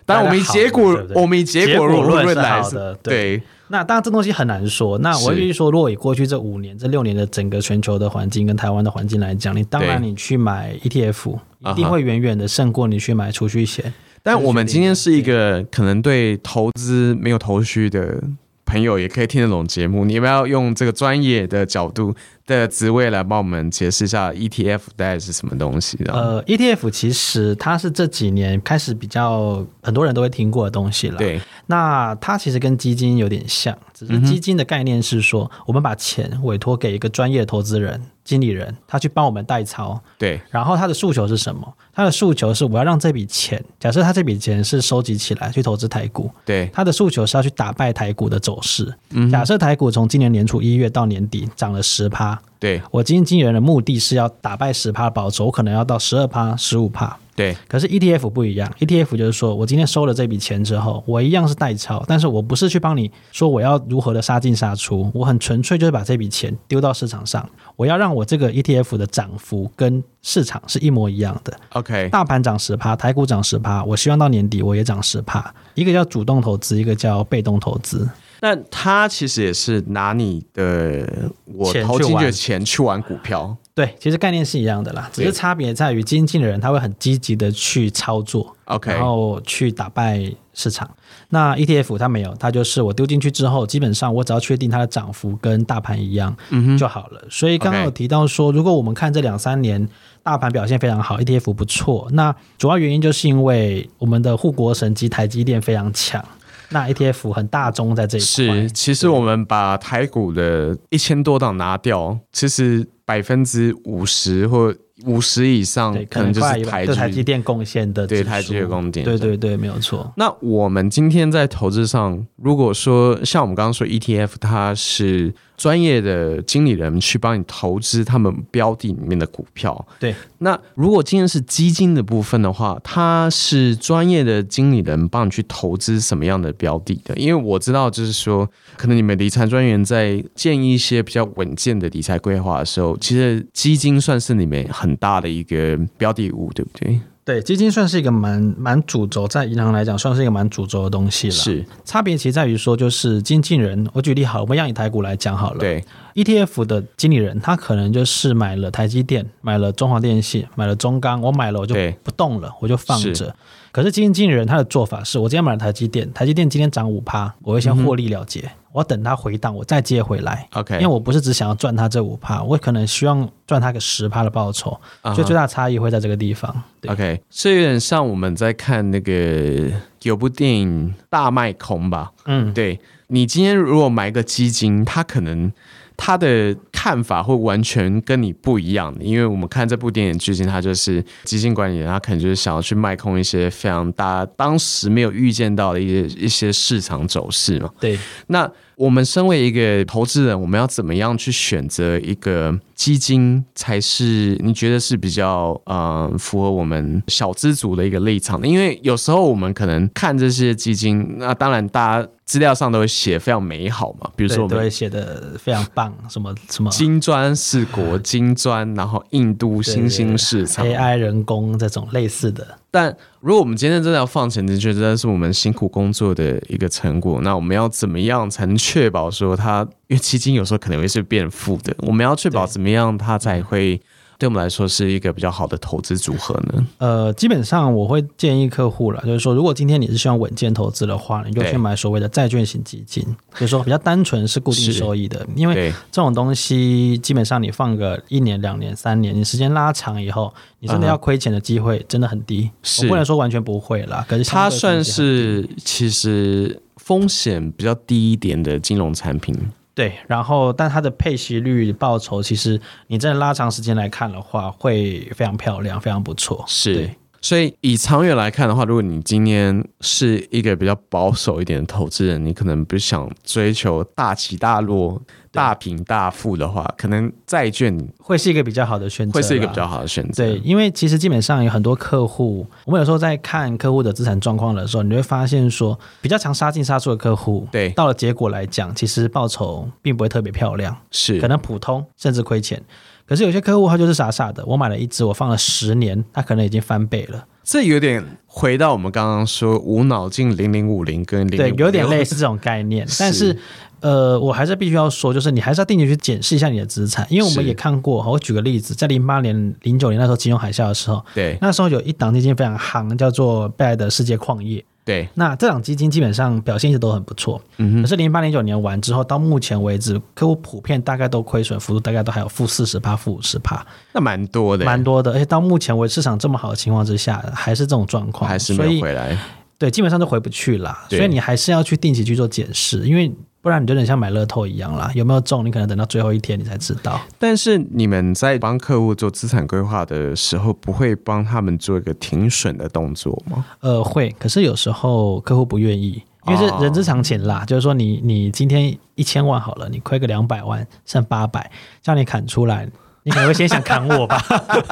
S1: 当然，我们以结果
S2: 大家好对不，对
S1: 我们以结果
S2: 结果论
S1: 论
S2: 是
S1: 来
S2: 好的
S1: 对
S2: 那当然，这东西很难说。那我
S1: 是
S2: 必须说，如果以过去这五年、这六年的整个全球的环境跟台湾的环境来讲，你当然
S1: 对
S2: 你去买 ETF，
S1: 啊哈
S2: 一定会远远的胜过你去买储蓄险。
S1: 但我们今天是一个可能对投资没有头绪的朋友，也可以听得懂节目。你要不要用这个专业的角度的职位来帮我们解释一下 ETF 大概是什么东西？然后、
S2: 呃，ETF 其实它是这几年开始比较很多人都会听过的东西了。，
S1: 对嗯
S2: 那它其实跟基金有点像，只是基金的概念是说，我们把钱委托给一个专业的投资人、经理人，他去帮我们代操。
S1: 对
S2: 然后他的诉求是什么？他的诉求是我要让这笔钱，假设他这笔钱是收集起来去投资台股，
S1: 对
S2: 他的诉求是要去打败台股的走势。假设台股从今年年初一月到年底涨了十趴，
S1: 对
S2: 我基金经理人的目的是要打败十趴的保值，我可能要到十二趴、十五趴。
S1: 对
S2: 可是 ETF 不一样，ETF 就是说我今天收了这笔钱之后，我一样是代抄，但是我不是去帮你说我要如何的杀进杀出，我很纯粹就是把这笔钱丢到市场上，我要让我这个 ETF 的涨幅跟市场是一模一样的。
S1: ，OK，
S2: 大盘涨十趴，台股涨十趴，我希望到年底我也涨十趴。一个叫主动投资，一个叫被动投资。
S1: 那他其实也是拿你的我
S2: 钱
S1: 投
S2: 去
S1: 进去的
S2: 玩
S1: 钱去玩股票，
S2: 对，其实概念是一样的啦，只
S1: 对
S2: 是差别在于基金经理人他会很积极的去操作
S1: OK
S2: 然后去打败市场。那 ETF 它没有，它就是我丢进去之后，基本上我只要确定它的涨幅跟大盘一样、就好了。所以刚
S1: 嗯
S2: 刚
S1: OK
S2: 有提到说如果我们看这两三年大盘表现非常好，ETF 不错，那主要原因就是因为我们的护国神机台积电非常强，那 ETF 很大宗在这一块。
S1: 是，其实我们把台股的一千多档拿掉，其实百分之五十或五十以上
S2: 对，
S1: 可
S2: 能
S1: 能就是
S2: 快一
S1: 台
S2: 百，就台积
S1: 积。
S2: 电贡献的
S1: 对
S2: 指数
S1: 台积电贡献
S2: 对对对，没有错。
S1: 那我们今天在投资上，如果说像我们刚刚说 ETF，它是专业的经理人去帮你投资他们标的里面的股票。
S2: 对，
S1: 那如果今天是基金的部分的话，它是专业的经理人帮你去投资什么样的标的的？因为我知道，就是说，可能你们理财专员在建议一些比较稳健的理财规划的时候，其实基金算是里面很大的一个标的物，对不对？
S2: 对，基金算是一个蛮蛮主轴，在银行来讲算是一个蛮主轴的东西了。，差别其实在于说，就是经纪人，我举例好了，我们让以台股来讲好了。
S1: 对，
S2: ETF 的经理人，他可能就是买了台积电，买了中华电信，买了中钢，我买了我就
S1: 对
S2: 不动了，我就放
S1: 是
S2: 着。可是基金经理人他的做法是，我今天买了台积电，台积电今天涨五趴，我会
S1: 嗯
S2: 先获利了结，我要等它回档，我再接回来。
S1: OK，
S2: 因为我不是只想要赚它这五趴，我可能希望赚它个十趴的报酬，
S1: 啊哈
S2: 所以最大的差异会在这个地方。对
S1: OK，所以有点像我们在看那个有部电影《大卖空》吧？
S2: 嗯，
S1: 对你今天如果买一个基金，它可能它的看法会完全跟你不一样的，因为我们看这部电影剧情，它就是基金管理人，他可能就是想要去卖空一些非常大当时没有预见到的一些一些市场走势嘛。
S2: 对，
S1: 那我们身为一个投资人，我们要怎么样去选择一个基金才是你觉得是比较呃符合我们小资族的一个立场呢？因为有时候我们可能看这些基金，那当然大家资料上都会写非常美好嘛，比如
S2: 对
S1: 说我
S2: 都
S1: 们
S2: 会写的非常棒， 什么什么
S1: 金砖四国、金砖，然后印度新兴市场
S2: AI 人工这种类似的，
S1: 但如果我们今天真的要放钱进去，真的是我们辛苦工作的一个成果。那我们要怎么样才能确保说它？因为基金有时候可能会是变负的，我们要确保怎么样它才会对我们来说是一个比较好的投资组合呢？
S2: 呃，基本上我会建议客户了，就是说，如果今天你是希望稳健投资的话，你就
S1: 对
S2: 去买所谓的债券型基金，就是说比较单纯是固定
S1: 是
S2: 收益的，因为
S1: 对
S2: 这种东西基本上你放个一年、两年、三年，你时间拉长以后，你真
S1: 嗯
S2: 的
S1: 哼
S2: 要亏钱的机会真的很低。
S1: 是
S2: 我不能说完全不会啦，可是相
S1: 它
S2: 对
S1: 算
S2: 风险
S1: 是其实风险比较低一点的金融产品。
S2: 对，然后但它的配息率、报酬，其实你真的拉长时间来看的话，会非常漂亮，非常不错。
S1: 是
S2: 对，
S1: 所以以长远来看的话，如果你今天是一个比较保守一点的投资人，你可能不想追求大起大落、大贫大富的话，可能债券
S2: 会是一个比较好的选择啦，
S1: 会是一个比较好的选择。
S2: 对，因为其实基本上有很多客户，我们有时候在看客户的资产状况的时候，你就会发现说，比较常杀进杀出的客户，
S1: 对
S2: 到了结果来讲，其实报酬并不会特别漂亮，
S1: 是
S2: 可能普通甚至亏钱。可是有些客户他就是傻傻的，我买了一只，我放了十年，他可能已经翻倍了，
S1: 这有点回到我们刚刚说无脑进零零五零跟零
S2: 对，
S1: 零
S2: 有点类似这种概 念
S1: 是。
S2: 但是，呃，我还是必须要说，就是你还是要定期去检视一下你的资产，因为我
S1: 是
S2: 们也看过，我举个例子，在零八年、零九年那时候金融海啸的时候，
S1: 对
S2: 那时候有一档基金非常夯，叫做贝莱德世界矿业。
S1: 对
S2: 那这档基金基本上表现一直都很不错，嗯、可是零八零九年完之后，到目前为止，客户普遍大概都亏损幅度大概都还有负四十趴、负五十趴，
S1: 那蛮多的，
S2: 蛮多的。而且到目前为止，市场这么好的情况之下，还是这种状况，
S1: 还是
S2: 所
S1: 没
S2: 以
S1: 有回来。
S2: 对，基本上都回不去啦。
S1: 对
S2: 所以你还是要去定期去做检视，因为不然你就有点像买乐透一样啦，有没有中，你可能等到最后一天你才知道。
S1: 但是你们在帮客户做资产规划的时候，不会帮他们做一个停损的动作吗？
S2: 呃，会，可是有时候客户不愿意，因为
S1: 哦
S2: 这人之常情啦。就是说你，你今天一千万好了，你亏个两百万，剩八百，叫你砍出来，你可能会先想砍 我吧。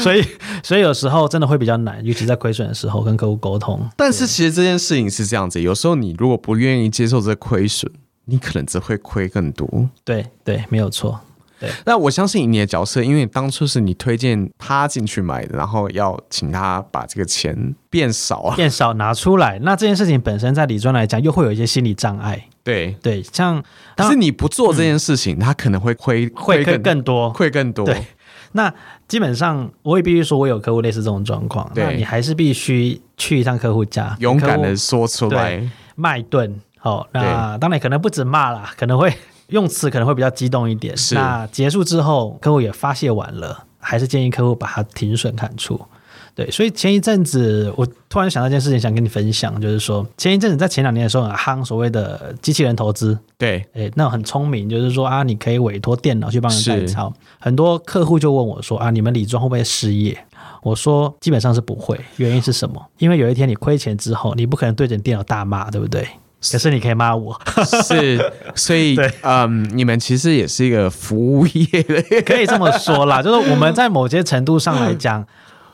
S2: 所以，所以有时候真的会比较难，尤其在亏损的时候跟客户沟通。
S1: 但是其实这件事情是这样子，有时候你如果不愿意接受这亏损，你可能只会亏更多。
S2: 对对，没有错。
S1: 那我相信你的角色，因为当初是你推荐他进去买的，然后要请他把这个钱变少啊。
S2: 变少拿出来，那这件事情本身在理专来讲，又会有一些心理障碍。
S1: 对，
S2: 对，像
S1: 可
S2: 当嗯
S1: 是你不做这件事情，他可能会亏
S2: 会亏更多，
S1: 亏更多。
S2: 对那基本上我也必须说，我有客户类似这种状况，
S1: 对
S2: 那你还是必须去一趟客户家，
S1: 勇敢的
S2: 跟客户
S1: 说出来，
S2: 骂一顿。好、那当然可能不止骂啦，可能会用词可能会比较激动一点。
S1: 是
S2: 那结束之后，客户也发泄完了，还是建议客户把它停损砍出。对，所以前一阵子我突然想到一件事情，想跟你分享，就是说前一阵子在前两年的时候很夯所谓的机器人投资，
S1: 对，
S2: 诶，那很聪明，就是说啊，你可以委托电脑去帮人代操。很多客户就问我说啊，你们理专会不会失业？我说基本上是不会，原因是什么？因为有一天你亏钱之后，你不可能对着你电脑大骂，对不对？可是你可以骂我，
S1: 是，所以
S2: 对
S1: 嗯，你们其实也是一个服务业的，
S2: 可以这么 说啦，就是我们在某些程度上来讲，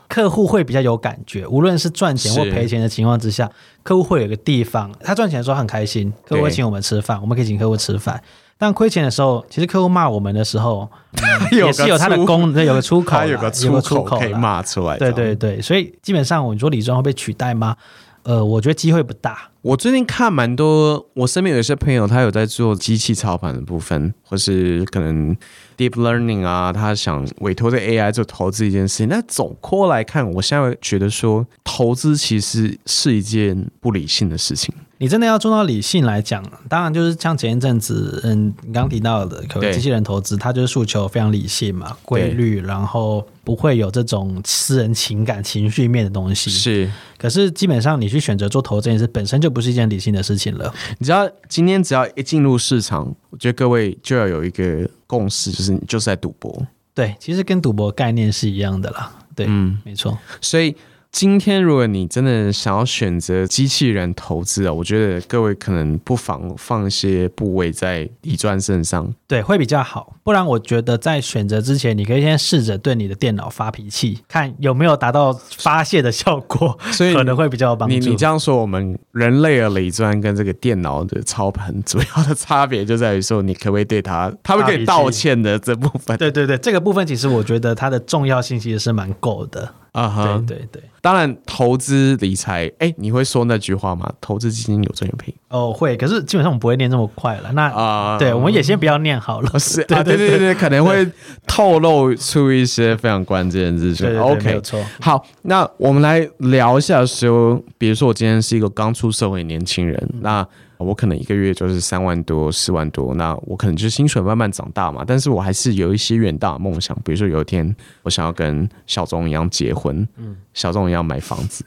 S2: 客户会比较有感觉，无论是赚钱或
S1: 是
S2: 赔钱的情况之下，客户会有个地方，他赚钱的时候很开心，客户会
S1: 对
S2: 请我们吃饭，我们可以请客户吃饭。但亏钱的时候，其实客户骂我们的时 候，嗯也是有他的功，对有个出口啦，
S1: 他有个出
S2: 出
S1: 口可以
S2: 啦
S1: 骂出来。
S2: 对对，对，所以基本上你说理专会被取代吗？呃，我觉得机会不大。
S1: 我最近看蛮多，我身边有一些朋友，他有在做机器操盘的部分，或是可能 deep learning 啊，他想委托这 AI 做投资一件事情。但走过来看，我现在会觉得说，投资其实是一件不理性的事情。
S2: 你真的要做到理性来讲，当然就是像前一阵子，嗯，你刚提到的，可能
S1: 对
S2: 机器人投资，它就是诉求非常理性嘛，规律，然后不会有这种私人情感、情绪面的东西。，
S1: 是，
S2: 可是基本上你去选择做投资这件事，本身就不是一件理性的事情了。
S1: 你知道，今天只要一进入市场，我觉得各位就要有一个共识，就是你就是在赌博。
S2: 对，其实跟赌博概念是一样的啦。对，
S1: 嗯
S2: 没错，
S1: 所以今天如果你真的想要选择机器人投资啊，我觉得各位可能不妨放一些部位在李专身 上。
S2: 对，会比较好。不然我觉得在选择之前，你可以先试着对你的电脑发脾气，看有没有达到发泄的效果，
S1: 所以
S2: 可能会比较有帮助。
S1: 你你这样说，我们人类的理专跟这个电脑的操盘主要的差别就在于说，你可不可以对它，它会跟你道歉的这部分
S2: 对对对，这个部分其实我觉得它的重要性其实是蛮够的。
S1: 啊哈。
S2: 对对对，
S1: 当然，投资理财，哎，你会说那句话吗？投资基金有赚有 赔
S2: 哦会，可是基本上我们不会念这么快了。那、
S1: 啊。
S2: 对，我们也先不要念好了。
S1: 哦是
S2: 对
S1: 啊，对对对对，可能会透露出一些非常关键的资讯
S2: 对对。对没
S1: OK，
S2: 有错。
S1: 好，那我们来聊一下说，比如说我今天是一个刚出社会的年轻人，那我可能一个月就是三万多、四万多，那我可能就是薪水慢慢长大嘛，但是我还是有一些远大的梦想，比如说有一天我想要跟小钟一样结婚，嗯，小钟一样买房子。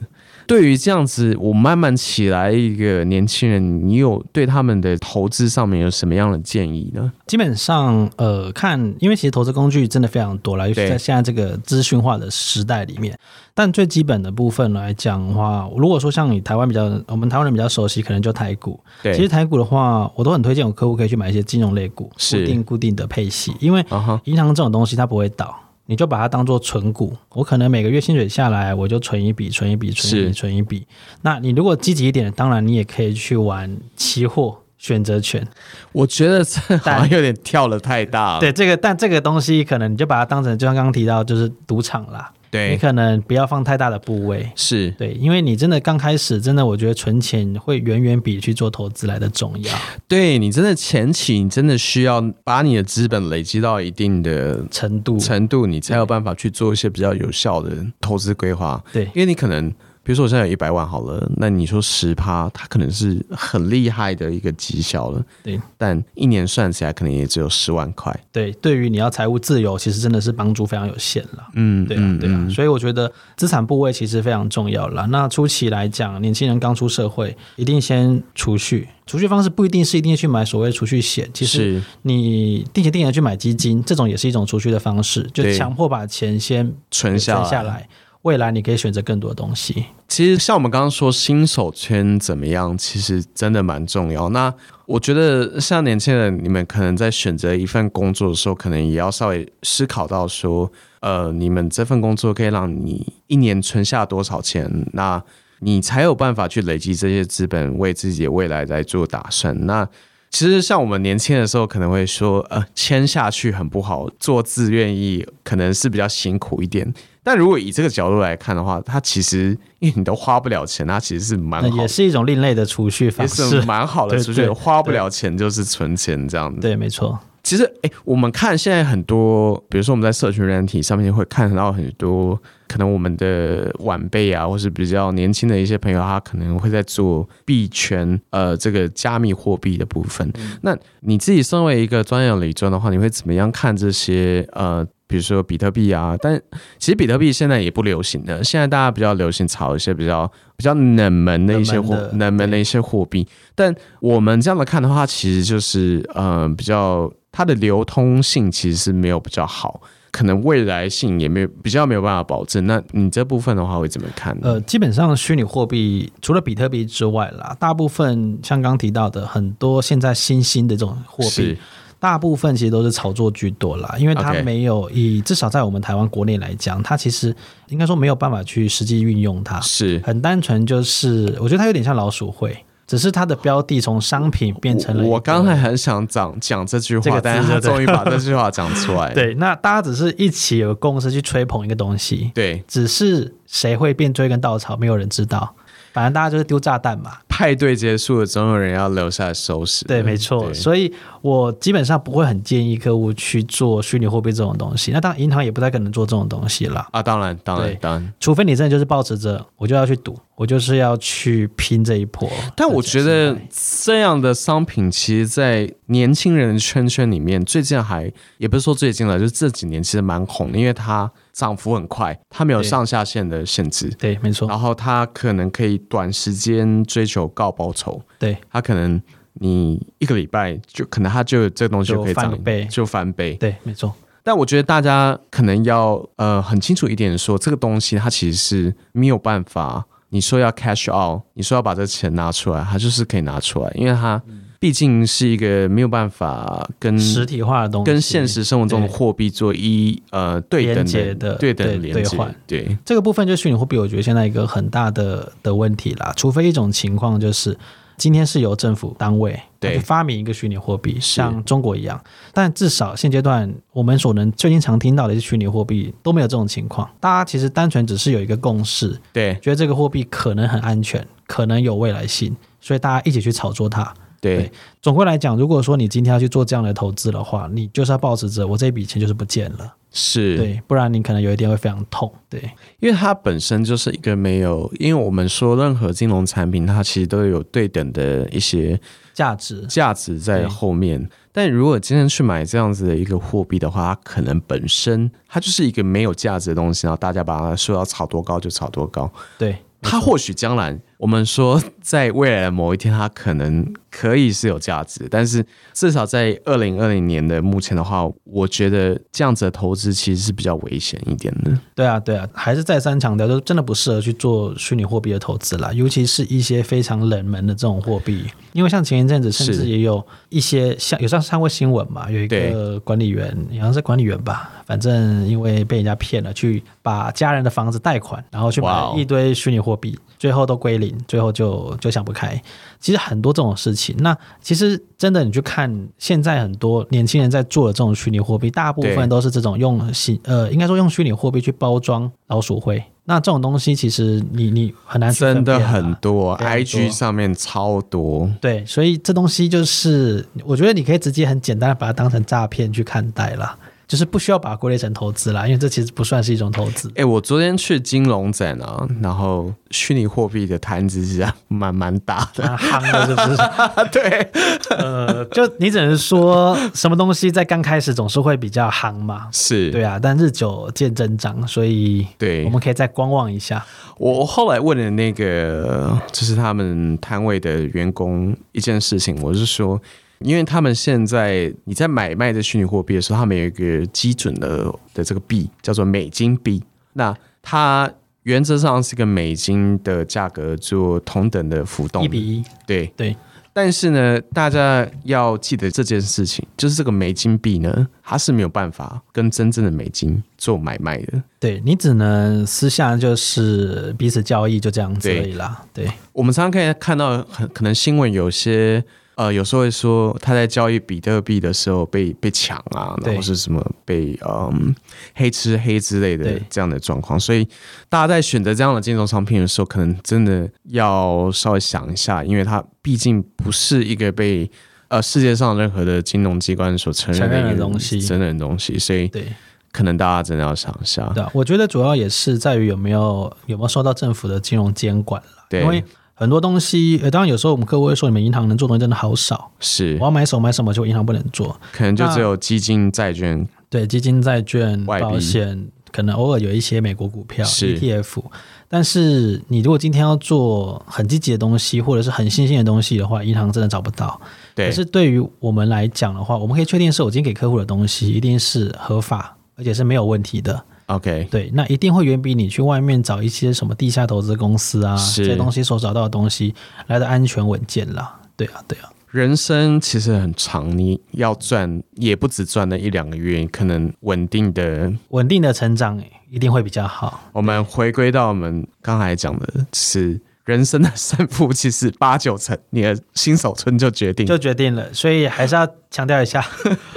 S1: 对于这样子，我慢慢起来一个年轻人，你有对他们的投资上面有什么样的建议呢？
S2: 基本上呃，看，因为其实投资工具真的非常多了，尤其
S1: 对
S2: 在现在这个资讯化的时代里面。但最基本的部分来讲的话，如果说像你台湾比较，我们台湾人比较熟悉，可能就台股。
S1: 对，
S2: 其实台股的话，我都很推荐我客户可以去买一些金融类股，固
S1: 是
S2: 定固定的配息，因为
S1: 啊哈，
S2: 银行这种东西它不会倒，你就把它当做存股。我可能每个月薪水下来，我就存一笔，存一笔，存一笔，
S1: 是
S2: 存一笔。那你如果积极一点，当然你也可以去玩期货。选择权，
S1: 我觉得这 好像有点跳的太大了。
S2: 对这个，但这个东西可能你就把它当成，就像刚刚提到，就是赌场啦。你
S1: 对，
S2: 可能不要放太大的部位，
S1: 是
S2: 对，因为你真的刚开始，真的我觉得存钱会远远比去做投资来的重要。
S1: 对你真的前期你真的需要把你的资本累积到一定的
S2: 程度，
S1: 程度，你才有办法去做一些比较有效的投资规划。
S2: 对
S1: 因为你可能。比如说我现在有一百万好了，那你说十趴，它可能是很厉害的一个绩效了，
S2: 对
S1: 但一年算起来可能也只有十万块。
S2: 对，对于你要财务自由，其实真的是帮助非常有限了。
S1: 嗯，
S2: 对啊
S1: 嗯，
S2: 对啊，
S1: 嗯
S2: 所以我觉得资产部位其实非常重要啦。那初期来讲，年轻人刚出社会，一定先储蓄。储蓄方式不一定是一定去买所谓的储蓄险，其实
S1: 是
S2: 你定期定额去买基金，这种也是一种储蓄的方式，就
S1: 对
S2: 强迫把钱先
S1: 存下
S2: 存
S1: 来
S2: 下来，未来你可以选择更多的东西。
S1: 其实像我们刚刚说新手圈怎么样，其实真的蛮重要。那我觉得像年轻人，你们可能在选择一份工作的时候，可能也要稍微思考到说，呃，你们这份工作可以让你一年存下多少钱，那你才有办法去累积这些资本，为自己的未来来做打算。那其实像我们年轻的时候，可能会说，呃，签下去很不好，做自愿意可能是比较辛苦一点。但如果以这个角度来看的话，它其实因为你都花不了钱，它其实是蛮
S2: 那
S1: 好
S2: 也
S1: 的，
S2: 是一种另类的储蓄
S1: 也
S2: 方
S1: 是
S2: 式。
S1: 蛮好的
S2: 对
S1: 出去
S2: 对
S1: 花不了钱就是存钱这样子。
S2: 对，没错，
S1: 其实，哎、我们看现在很多，比如说我们在社群软体上面会看到很多，可能我们的晚辈啊，或是比较年轻的一些朋友，他可能会在做币圈，呃，这个加密货币的部分。那你自己身为一个专业理专的话，你会怎么样看这些呃？比如说比特币啊，但其实比特币现在也不流行了。现在大家比较流行炒一些比较比较冷门的一些货
S2: 冷门的
S1: 冷门的一些货币，但我们这样的看的话，其实就是呃比较它的流通性其实是没有比较好，可能未来性也没有比较没有办法保证。那你这部分的话会怎么看呢？
S2: 呃，基本上虚拟货币除了比特币之外啦，大部分像刚提到的很多现在新兴的这种货币
S1: 是，
S2: 大部分其实都是炒作居多啦，因为它
S1: OK
S2: 没有以至少在我们台湾国内来讲，它其实应该说没有办法去实际运用它，
S1: 是，
S2: 很单纯就是我觉得它有点像老鼠会，只是它的标的从商品变成了
S1: 我我
S2: 一个
S1: 刚才很想讲讲这句
S2: 这
S1: 话，
S2: 个字
S1: 但是他
S2: 对不对
S1: 终于把这句话讲出来。
S2: 对，那大家只是一起有共识去吹捧一个东西，
S1: 对，
S2: 只是谁会变追根稻草，没有人知道，反正大家就是丢炸弹嘛。
S1: 派对结束了，总有人要留下来收拾。
S2: 对，没错。
S1: 对
S2: 所以我基本上不会很建议客户去做虚拟货币这种东西。那当然，银行也不太可能做这种东西啦，
S1: 啊，当然，当然
S2: 对，
S1: 当然。
S2: 除非你真的就是抱持着我就要去赌，我就是要去拼这一波。
S1: 但我觉得这样的商品，其实，在年轻人的圈圈里面，最近还也不是说最近了，就是这几年其实蛮红的，因为它涨幅很快，它没有
S2: 对
S1: 上下限的限制，
S2: 对，没错，
S1: 然后它可能可以短时间追求高报酬，
S2: 对
S1: 它可能你一个礼拜就可能它就有这个东西
S2: 就
S1: 就可以
S2: 翻
S1: 涨
S2: 倍
S1: 就翻倍。
S2: 对，没错，
S1: 但我觉得大家可能要呃很清楚一点说这个东西它其实是没有办法，你说要 cash out，你说要把这钱拿出来，它就是可以拿出来，因为它毕竟是一个没有办法跟
S2: 嗯实体化的东西
S1: 嗯跟现实生活中的货币做一呃对等
S2: 连接的
S1: 对等的
S2: 对
S1: 连接
S2: 兑换，
S1: 对，
S2: 这个部分就是虚拟货币，我觉得现在一个很大的的问题啦。除非一种情况就是，今天是由政府单位
S1: 对
S2: 它去发明一个虚拟货币，像中国一样。但至少现阶段我们所能最经常听到的一些虚拟货币都没有这种情况。大家其实单纯只是有一个共识，
S1: 对
S2: 觉得这个货币可能很安全，可能有未来性，所以大家一起去炒作它。
S1: 对
S2: 对总归来讲，如果说你今天要去做这样的投资的话，你就是要保持着我这笔钱就是不见了，
S1: 是，
S2: 对，不然你可能有一天会非常痛，对。
S1: 因为它本身就是一个没有，因为我们说任何金融产品它其实都有对等的一些
S2: 价值
S1: 价值在后面。但如果今天去买这样子的一个货币的话，它可能本身它就是一个没有价值的东西，然后大家把它说要炒多高就炒多高。
S2: 对，
S1: 它或许将来，我们说在未来的某一天，它可能可以是有价值，但是至少在二零二零年的目前的话，我觉得这样子的投资其实是比较危险一点的。
S2: 对啊，对啊，还是再三强调，就是真的不适合去做虚拟货币的投资啦，尤其是一些非常冷门的这种货币。因为像前一阵子，甚
S1: 是
S2: 至也有一些像有时候看过新闻嘛，有一
S1: 对
S2: 个管理员，好像是管理员吧，反正因为被人家骗了，去把家人的房子贷款，然后去买
S1: 哇哦
S2: 了一堆虚拟货币，最后都归零，最后就就想不开。其实很多这种事情，那其实真的你去看，现在很多年轻人在做的这种虚拟货币，大部
S1: 对
S2: 分都是这种用虚呃，应该说用虚拟货币去包装老鼠会。那这种东西其实你你很难去
S1: 真的
S2: 分辨啊
S1: 很多
S2: 非常多
S1: ，IG 上面超多。
S2: 对，所以这东西就是我觉得你可以直接很简单的把它当成诈骗去看待啦，就是不需要把它归类成投资啦，因为这其实不算是一种投资。
S1: 哎、我昨天去金融展啊，然后虚拟货币的摊子是蛮蛮大的。
S2: 蛮夯的，是不是？
S1: 对，
S2: 呃，就你只能说什么东西在刚开始总是会比较夯嘛，
S1: 是，
S2: 对啊，但日久见真章，所以
S1: 对
S2: 我们可以再观望一下。
S1: 我我后来问了那个，就是他们摊位的员工一件事情，我是说，因为他们现在你在买卖这虚拟货币的时候，他们有一个基准的的这个币叫做美金币，那它原则上是跟美金的价格做同等的浮动，
S2: 一比一，
S1: 对，
S2: 对，
S1: 但是呢，大家要记得这件事情，就是这个美金币呢，它是没有办法跟真正的美金做买卖的。
S2: 对你只能私下就是彼此交易，就这样子
S1: 对
S2: 而已啦。对，
S1: 我们常常可以看到，很可能新闻有些呃，有时候会说他在交易比特币的时候被被抢啊，
S2: 对
S1: 然后是什么被嗯黑吃黑之类的
S2: 对
S1: 这样的状况。所以大家在选择这样的金融商品的时候，可能真的要稍微想一下，因为它毕竟不是一个被。呃世界上任何的金融机关所承认
S2: 承认的
S1: 一个
S2: 东西
S1: 承认的东西，所以
S2: 对
S1: 可能大家真的要想一下。
S2: 对啊，我觉得主要也是在于有没有有没有受到政府的金融监管了，
S1: 对
S2: 啊因为很多东西，呃，当然有时候我们客户会说，你们银行能做的东西真的好少，
S1: 是
S2: 我，要买什么买什么，结果银行不能做，
S1: 可能就
S2: 那
S1: 只有基金、债券，
S2: 对，基金、债券、
S1: 外币
S2: 保险，可能偶尔有一些美国股票、
S1: 是
S2: ETF，但是你如果今天要做很积极的东西，或者是很新兴的东西的话，银行真的找不到。
S1: 对
S2: 可，是对于我们来讲的话，我们可以确定是我今天给客户的东西一定是合法，而且是没有问题的。
S1: OK，
S2: 对，那一定会远比你去外面找一些什么地下投资公司啊
S1: 是
S2: 这些东西所找到的东西来的安全稳健啦。对啊，对啊，
S1: 人生其实很长，你要赚也不止赚那一两个月，可能稳定的。
S2: 稳定的成长一定会比较好。
S1: 我们回归到我们刚才讲的是。人生的胜负其实八九成，你的新手村就决定了
S2: 就决定了，所以还是要强调一下，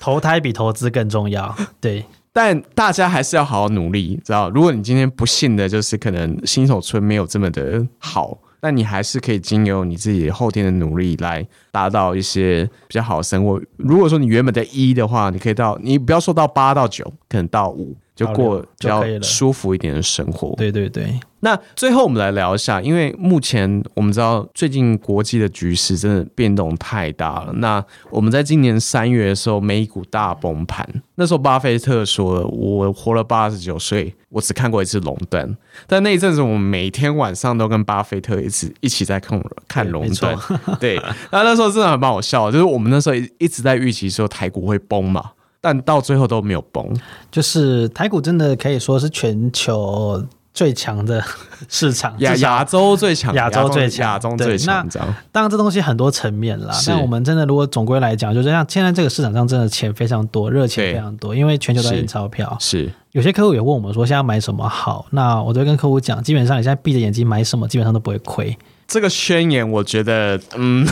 S2: 投胎比投资更重要。对，
S1: 但大家还是要好好努力，知道？如果你今天不幸的就是可能新手村没有这么的好，那你还是可以经由你自己后天的努力来达到一些比较好的生活。如果说你原本在一的话，你可以到你不要说到八到九，可能到五就
S2: 到
S1: 过
S2: 六
S1: 比
S2: 就
S1: 较
S2: 可以了
S1: 舒服一点的生活。
S2: 对对对，
S1: 那最后我们来聊一下，因为目前我们知道最近国际的局势真的变动太大了。那我们在今年三月的时候，美股大崩盘，那时候巴菲特说了：“我活了八十九岁，我只看过一次垄断。”但那一阵子，我们每天晚上都跟巴菲特一起一起在看看
S2: 对
S1: 垄
S2: 没错
S1: 断。对，那那时候真的还蛮好笑的，就是我们那时候一一直在预期说台股会崩嘛，但到最后都没有崩。
S2: 就是台股真的可以说是全球最强的市场，
S1: 亚
S2: 至少
S1: 亚洲最强，
S2: 亚洲最强
S1: 亚洲
S2: 对
S1: 最强，
S2: 那
S1: 你知道吗
S2: 当然，这东西很多层面啦。
S1: 是
S2: 但我们真的，如果总归来讲，就是像现在这个市场上，真的钱非常多，热钱
S1: 对
S2: 非常多，因为全球都在
S1: 是
S2: 印钞票。
S1: 是。
S2: 有些客户也问我们说，现在要买什么好？那我都会跟客户讲，基本上你现在闭着眼睛买什么，基本上都不会 亏，
S1: 这个宣言，我觉得，嗯，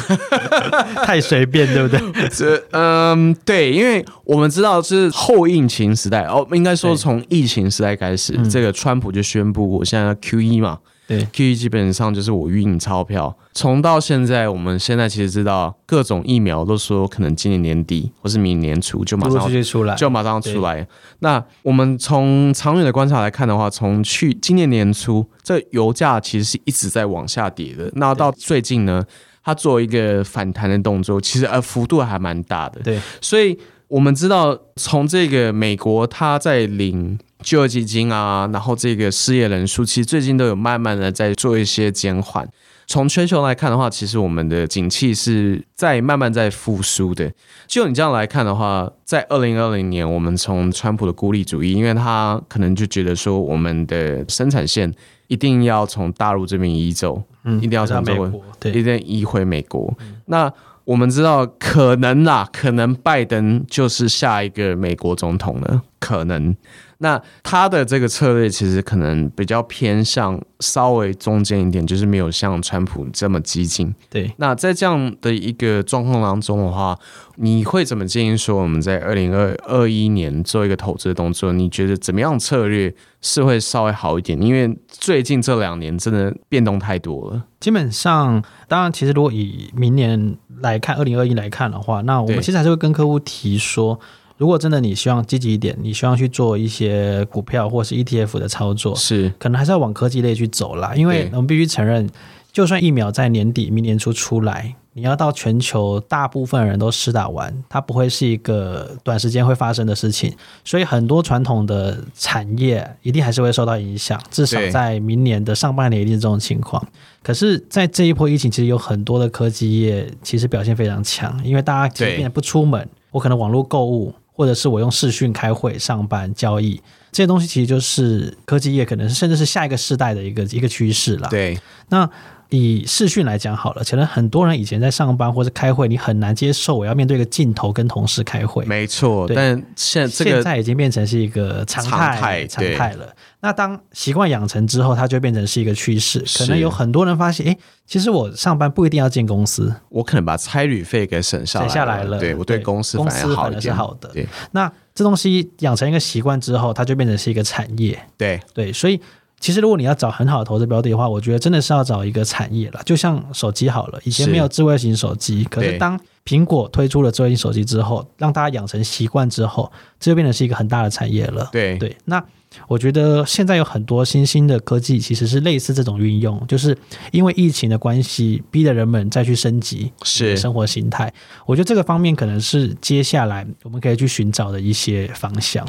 S2: 太随便，对不对？
S1: 这，嗯，对，因为我们知道是后疫情时代，哦，应该说
S2: 对
S1: 从疫情时代开始，这个川普就宣布我现在要 Q E 嘛
S2: 对
S1: ，Q E 基本上就是我印钞票。从到现在，我们现在其实知道各种疫苗都说可能今年年底或是明年年初就马
S2: 陆
S1: 上要
S2: 陆续续出来，
S1: 就马上出来。那我们从长远的观察来看的话，从去今年年初，这油价其实是一直在往下跌的。那到最近呢，它做一个反弹的动作，其实呃幅度还蛮大的。
S2: 对
S1: 所以我们知道，从这个美国它在领就业基金啊，然后这个失业人数，其实最近都有慢慢的在做一些减缓。从全球来看的话，其实我们的景气是在慢慢在复苏的。就你这样来看的话，在二零二零年，我们从川普的孤立主义，因为他可能就觉得说，我们的生产线一定要从大陆这边移走，
S2: 嗯，
S1: 一定要
S2: 到
S1: 从
S2: 美
S1: 中国
S2: 国，对
S1: 一定移回美国。那我们知道，可能啦，可能拜登就是下一个美国总统了，可能。那他的这个策略其实可能比较偏向稍微中间一点，就是没有像川普这么激进。
S2: 对。
S1: 那在这样的一个状况当中的话，你会怎么建议说我们在二零二二一年做一个投资的动作？你觉得怎么样策略是会稍微好一点？因为最近这两年真的变动太多了。
S2: 基本上，当然，其实如果以明年来看，二零二一来看的话，那我们
S1: 对
S2: 其实还是会跟客户提说，如果真的你希望积极一点，你希望去做一些股票或是 ETF 的操作，
S1: 是
S2: 可能还是要往科技类去走啦。因为
S1: 对
S2: 我们必须承认，就算疫苗在年底、明年初出来，你要到全球大部分人都施打完，它不会是一个短时间会发生的事情。所以很多传统的产业一定还是会受到影响，至少
S1: 对
S2: 在明年的上半年一定是这种情况。可是，在这一波疫情，其实有很多的科技业其实表现非常强，因为大家其实
S1: 对
S2: 变得不出门，我可能网络购物，或者是我用视讯开会、上班、交易，这些东西其实就是科技业可能甚至是下一个世代的一个一个趋势啦。
S1: 对，
S2: 那以视讯来讲好了，可能很多人以前在上班或者开会，你很难接受我要面对一个镜头跟同事开会。
S1: 没错。
S2: 对
S1: 但现在这
S2: 现
S1: 个
S2: 在已经变成是一个常态
S1: 常态对
S2: 了。那当习惯养成之后，它就变成是一个趋势。
S1: 是
S2: 可能有很多人发现，诶，其实我上班不一定要进公司，
S1: 我可能把差旅费给省下
S2: 省下来
S1: 了，
S2: 了
S1: 对我对
S2: 对
S1: 公司
S2: 公
S1: 反而
S2: 司
S1: 好
S2: 反
S1: 一
S2: 而是
S1: 点，
S2: 好的
S1: 对
S2: 那这东西养成一个习惯之后，它就变成是一个产业。
S1: 对
S2: 对，所以其实如果你要找很好的投资标的的话，我觉得真的是要找一个产业啦，就像手机好了，以前
S1: 是
S2: 没有智慧型手机，可
S1: 对
S2: 是当苹果推出了智慧型手机之后，让大家养成习惯之后，这就变成是一个很大的产业了。
S1: 对
S2: 对，那我觉得现在有很多新兴的科技其实是类似这种运用，就是因为疫情的关系，逼得人们再去升级
S1: 是
S2: 生活形态。我觉得这个方面可能是接下来我们可以去寻找的一些方向。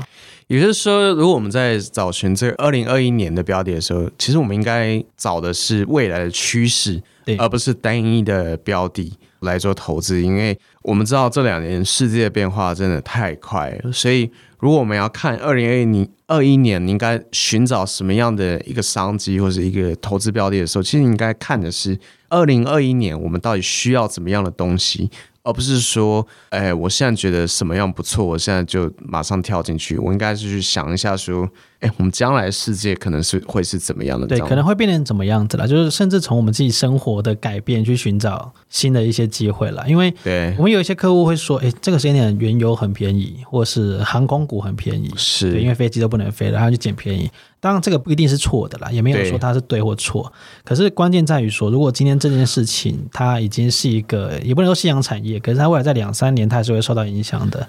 S1: 也就是说，如果我们在找寻这二零二一年的标的的时候，其实我们应该找的是未来的趋势
S2: 对，
S1: 而不是单一的标的来做投资。因为我们知道这两年世界变化真的太快了，所以如果我们要看二零二一年二一年，你应该寻找什么样的一个商机或是一个投资标的的时候，其实你应该看的是二零二一年我们到底需要怎么样的东西，而不是说，哎，我现在觉得什么样不错，我现在就马上跳进去。我应该是去想一下，说，哎，我们将来的世界可能是会是怎么样的？
S2: 对，
S1: 这样
S2: 可能会变成怎么样子啦？就是甚至从我们自己生活的改变去寻找新的一些机会啦。因为
S1: 对
S2: 我们有一些客户会说，诶，这个时间点原油很便宜，或是航空股很便宜，对，因
S1: 是
S2: 为飞机都不能飞了，然后就捡便宜。当然，这个不一定是错的啦，也没有
S1: 对
S2: 说它是对或错。可是关键在于说，如果今天这件事情它已经是一个，也不能说夕阳产业，可是它未来在两三年它还是会受到影响的。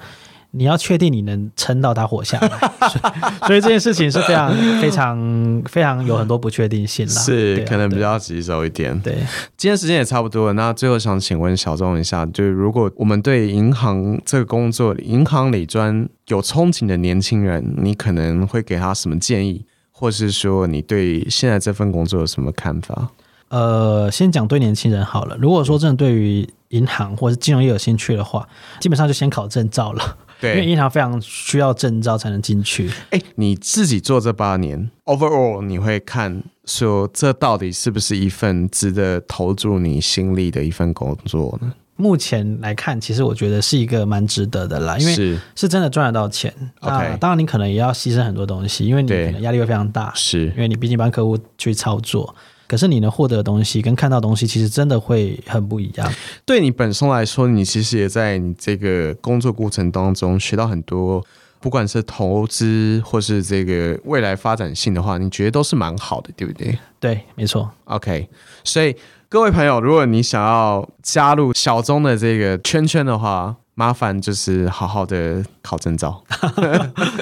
S2: 你要确定你能撑到它活下 来，所以所以这件事情是非常非常非常有很多不确定性啦。
S1: 是
S2: 对，啊
S1: 可能比
S2: 对
S1: 较棘手一点。
S2: 对
S1: 今天时间也差不多了，那最后想请问小钟一下，就是如果我们对银行这个工作，银行理专有憧憬的年轻人，你可能会给他什么建议，或是说你对现在这份工作有什么看法？
S2: 呃，先讲对年轻人好了。如果说真的对于银行或是金融业有兴趣的话，基本上就先考证照了，因为
S1: 对，
S2: 银行非常需要证照才能进去。
S1: 哎、你自己做这八年，overall 你会看说这到底是不是一份值得投注你心力的一份工作呢？
S2: 目前来看，其实我觉得是一个蛮值得的啦，因为
S1: 是
S2: 是真的赚得到钱。那
S1: OK
S2: 当然，你可能也要牺牲很多东西，因为你
S1: 对
S2: 可能压力会非常大，因
S1: 是，
S2: 为你毕竟帮客户去操作。可是你能获得的东西跟看到的东西，其实真的会很不一样。
S1: 对你本身来说，你其实也在你这个工作过程当中学到很多，不管是投资或是这个未来发展性的话，你觉得都是蛮好的，对不对？
S2: 对，没错，
S1: OK，所以各位朋友，如果你想要加入小钟的这个圈圈的话，麻烦就是好好的考证照。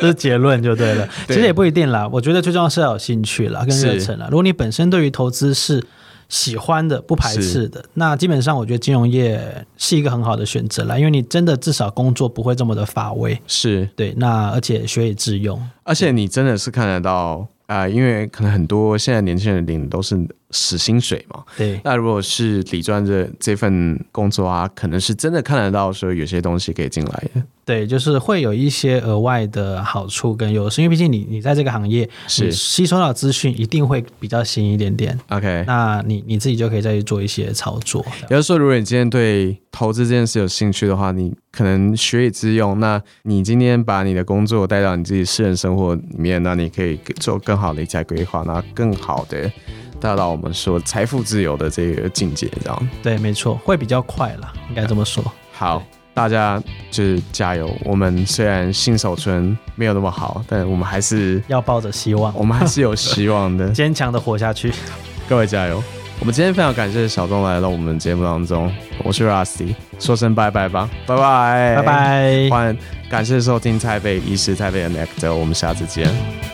S2: 这是结论就对了。其
S1: 对
S2: 实也不一定啦，我觉得最重要是要有兴趣啦，跟热
S1: 是
S2: 忱啦。如果你本身对于投资是喜欢的、不排斥的，那基本上我觉得金融业是一个很好的选择啦，因为你真的至少工作不会这么的乏味。
S1: 是，
S2: 对，那而且学以致用。
S1: 而且你真的是看得到啊、呃因为可能很多现在年轻人领的都是死薪水嘛。
S2: 对，
S1: 那如果是理专这这份工作啊，可能是真的看得到说有些东西可以进来的。
S2: 对，就是会有一些额外的好处跟优势，因为毕竟你你在这个行业，
S1: 是
S2: 你吸收到的资讯一定会比较新一点点，
S1: OK，
S2: 那你你自己就可以再去做一些操作。
S1: 也就是说，如果你今天对投资这件事有兴趣的话，你可能学以致用。那你今天把你的工作带到你自己私人生活里面，那你可以做更好的理财规划，那更好的达到我们说财富自由的这个境界，这样。
S2: 对，没错，会比较快啦，应该这么说。
S1: 好，大家就是加油。我们虽然新手村没有那么好，但我们还是
S2: 要抱着希望，。
S1: 我们还是有希望的
S2: 坚强的活下去。
S1: 各位加油！我们今天非常感谢小钟来到我们节目当中，我是 Rusty，说声拜拜吧，拜拜，
S2: 拜拜。
S1: 欢感谢收听台北医师台北的 n e c t 我们下次见。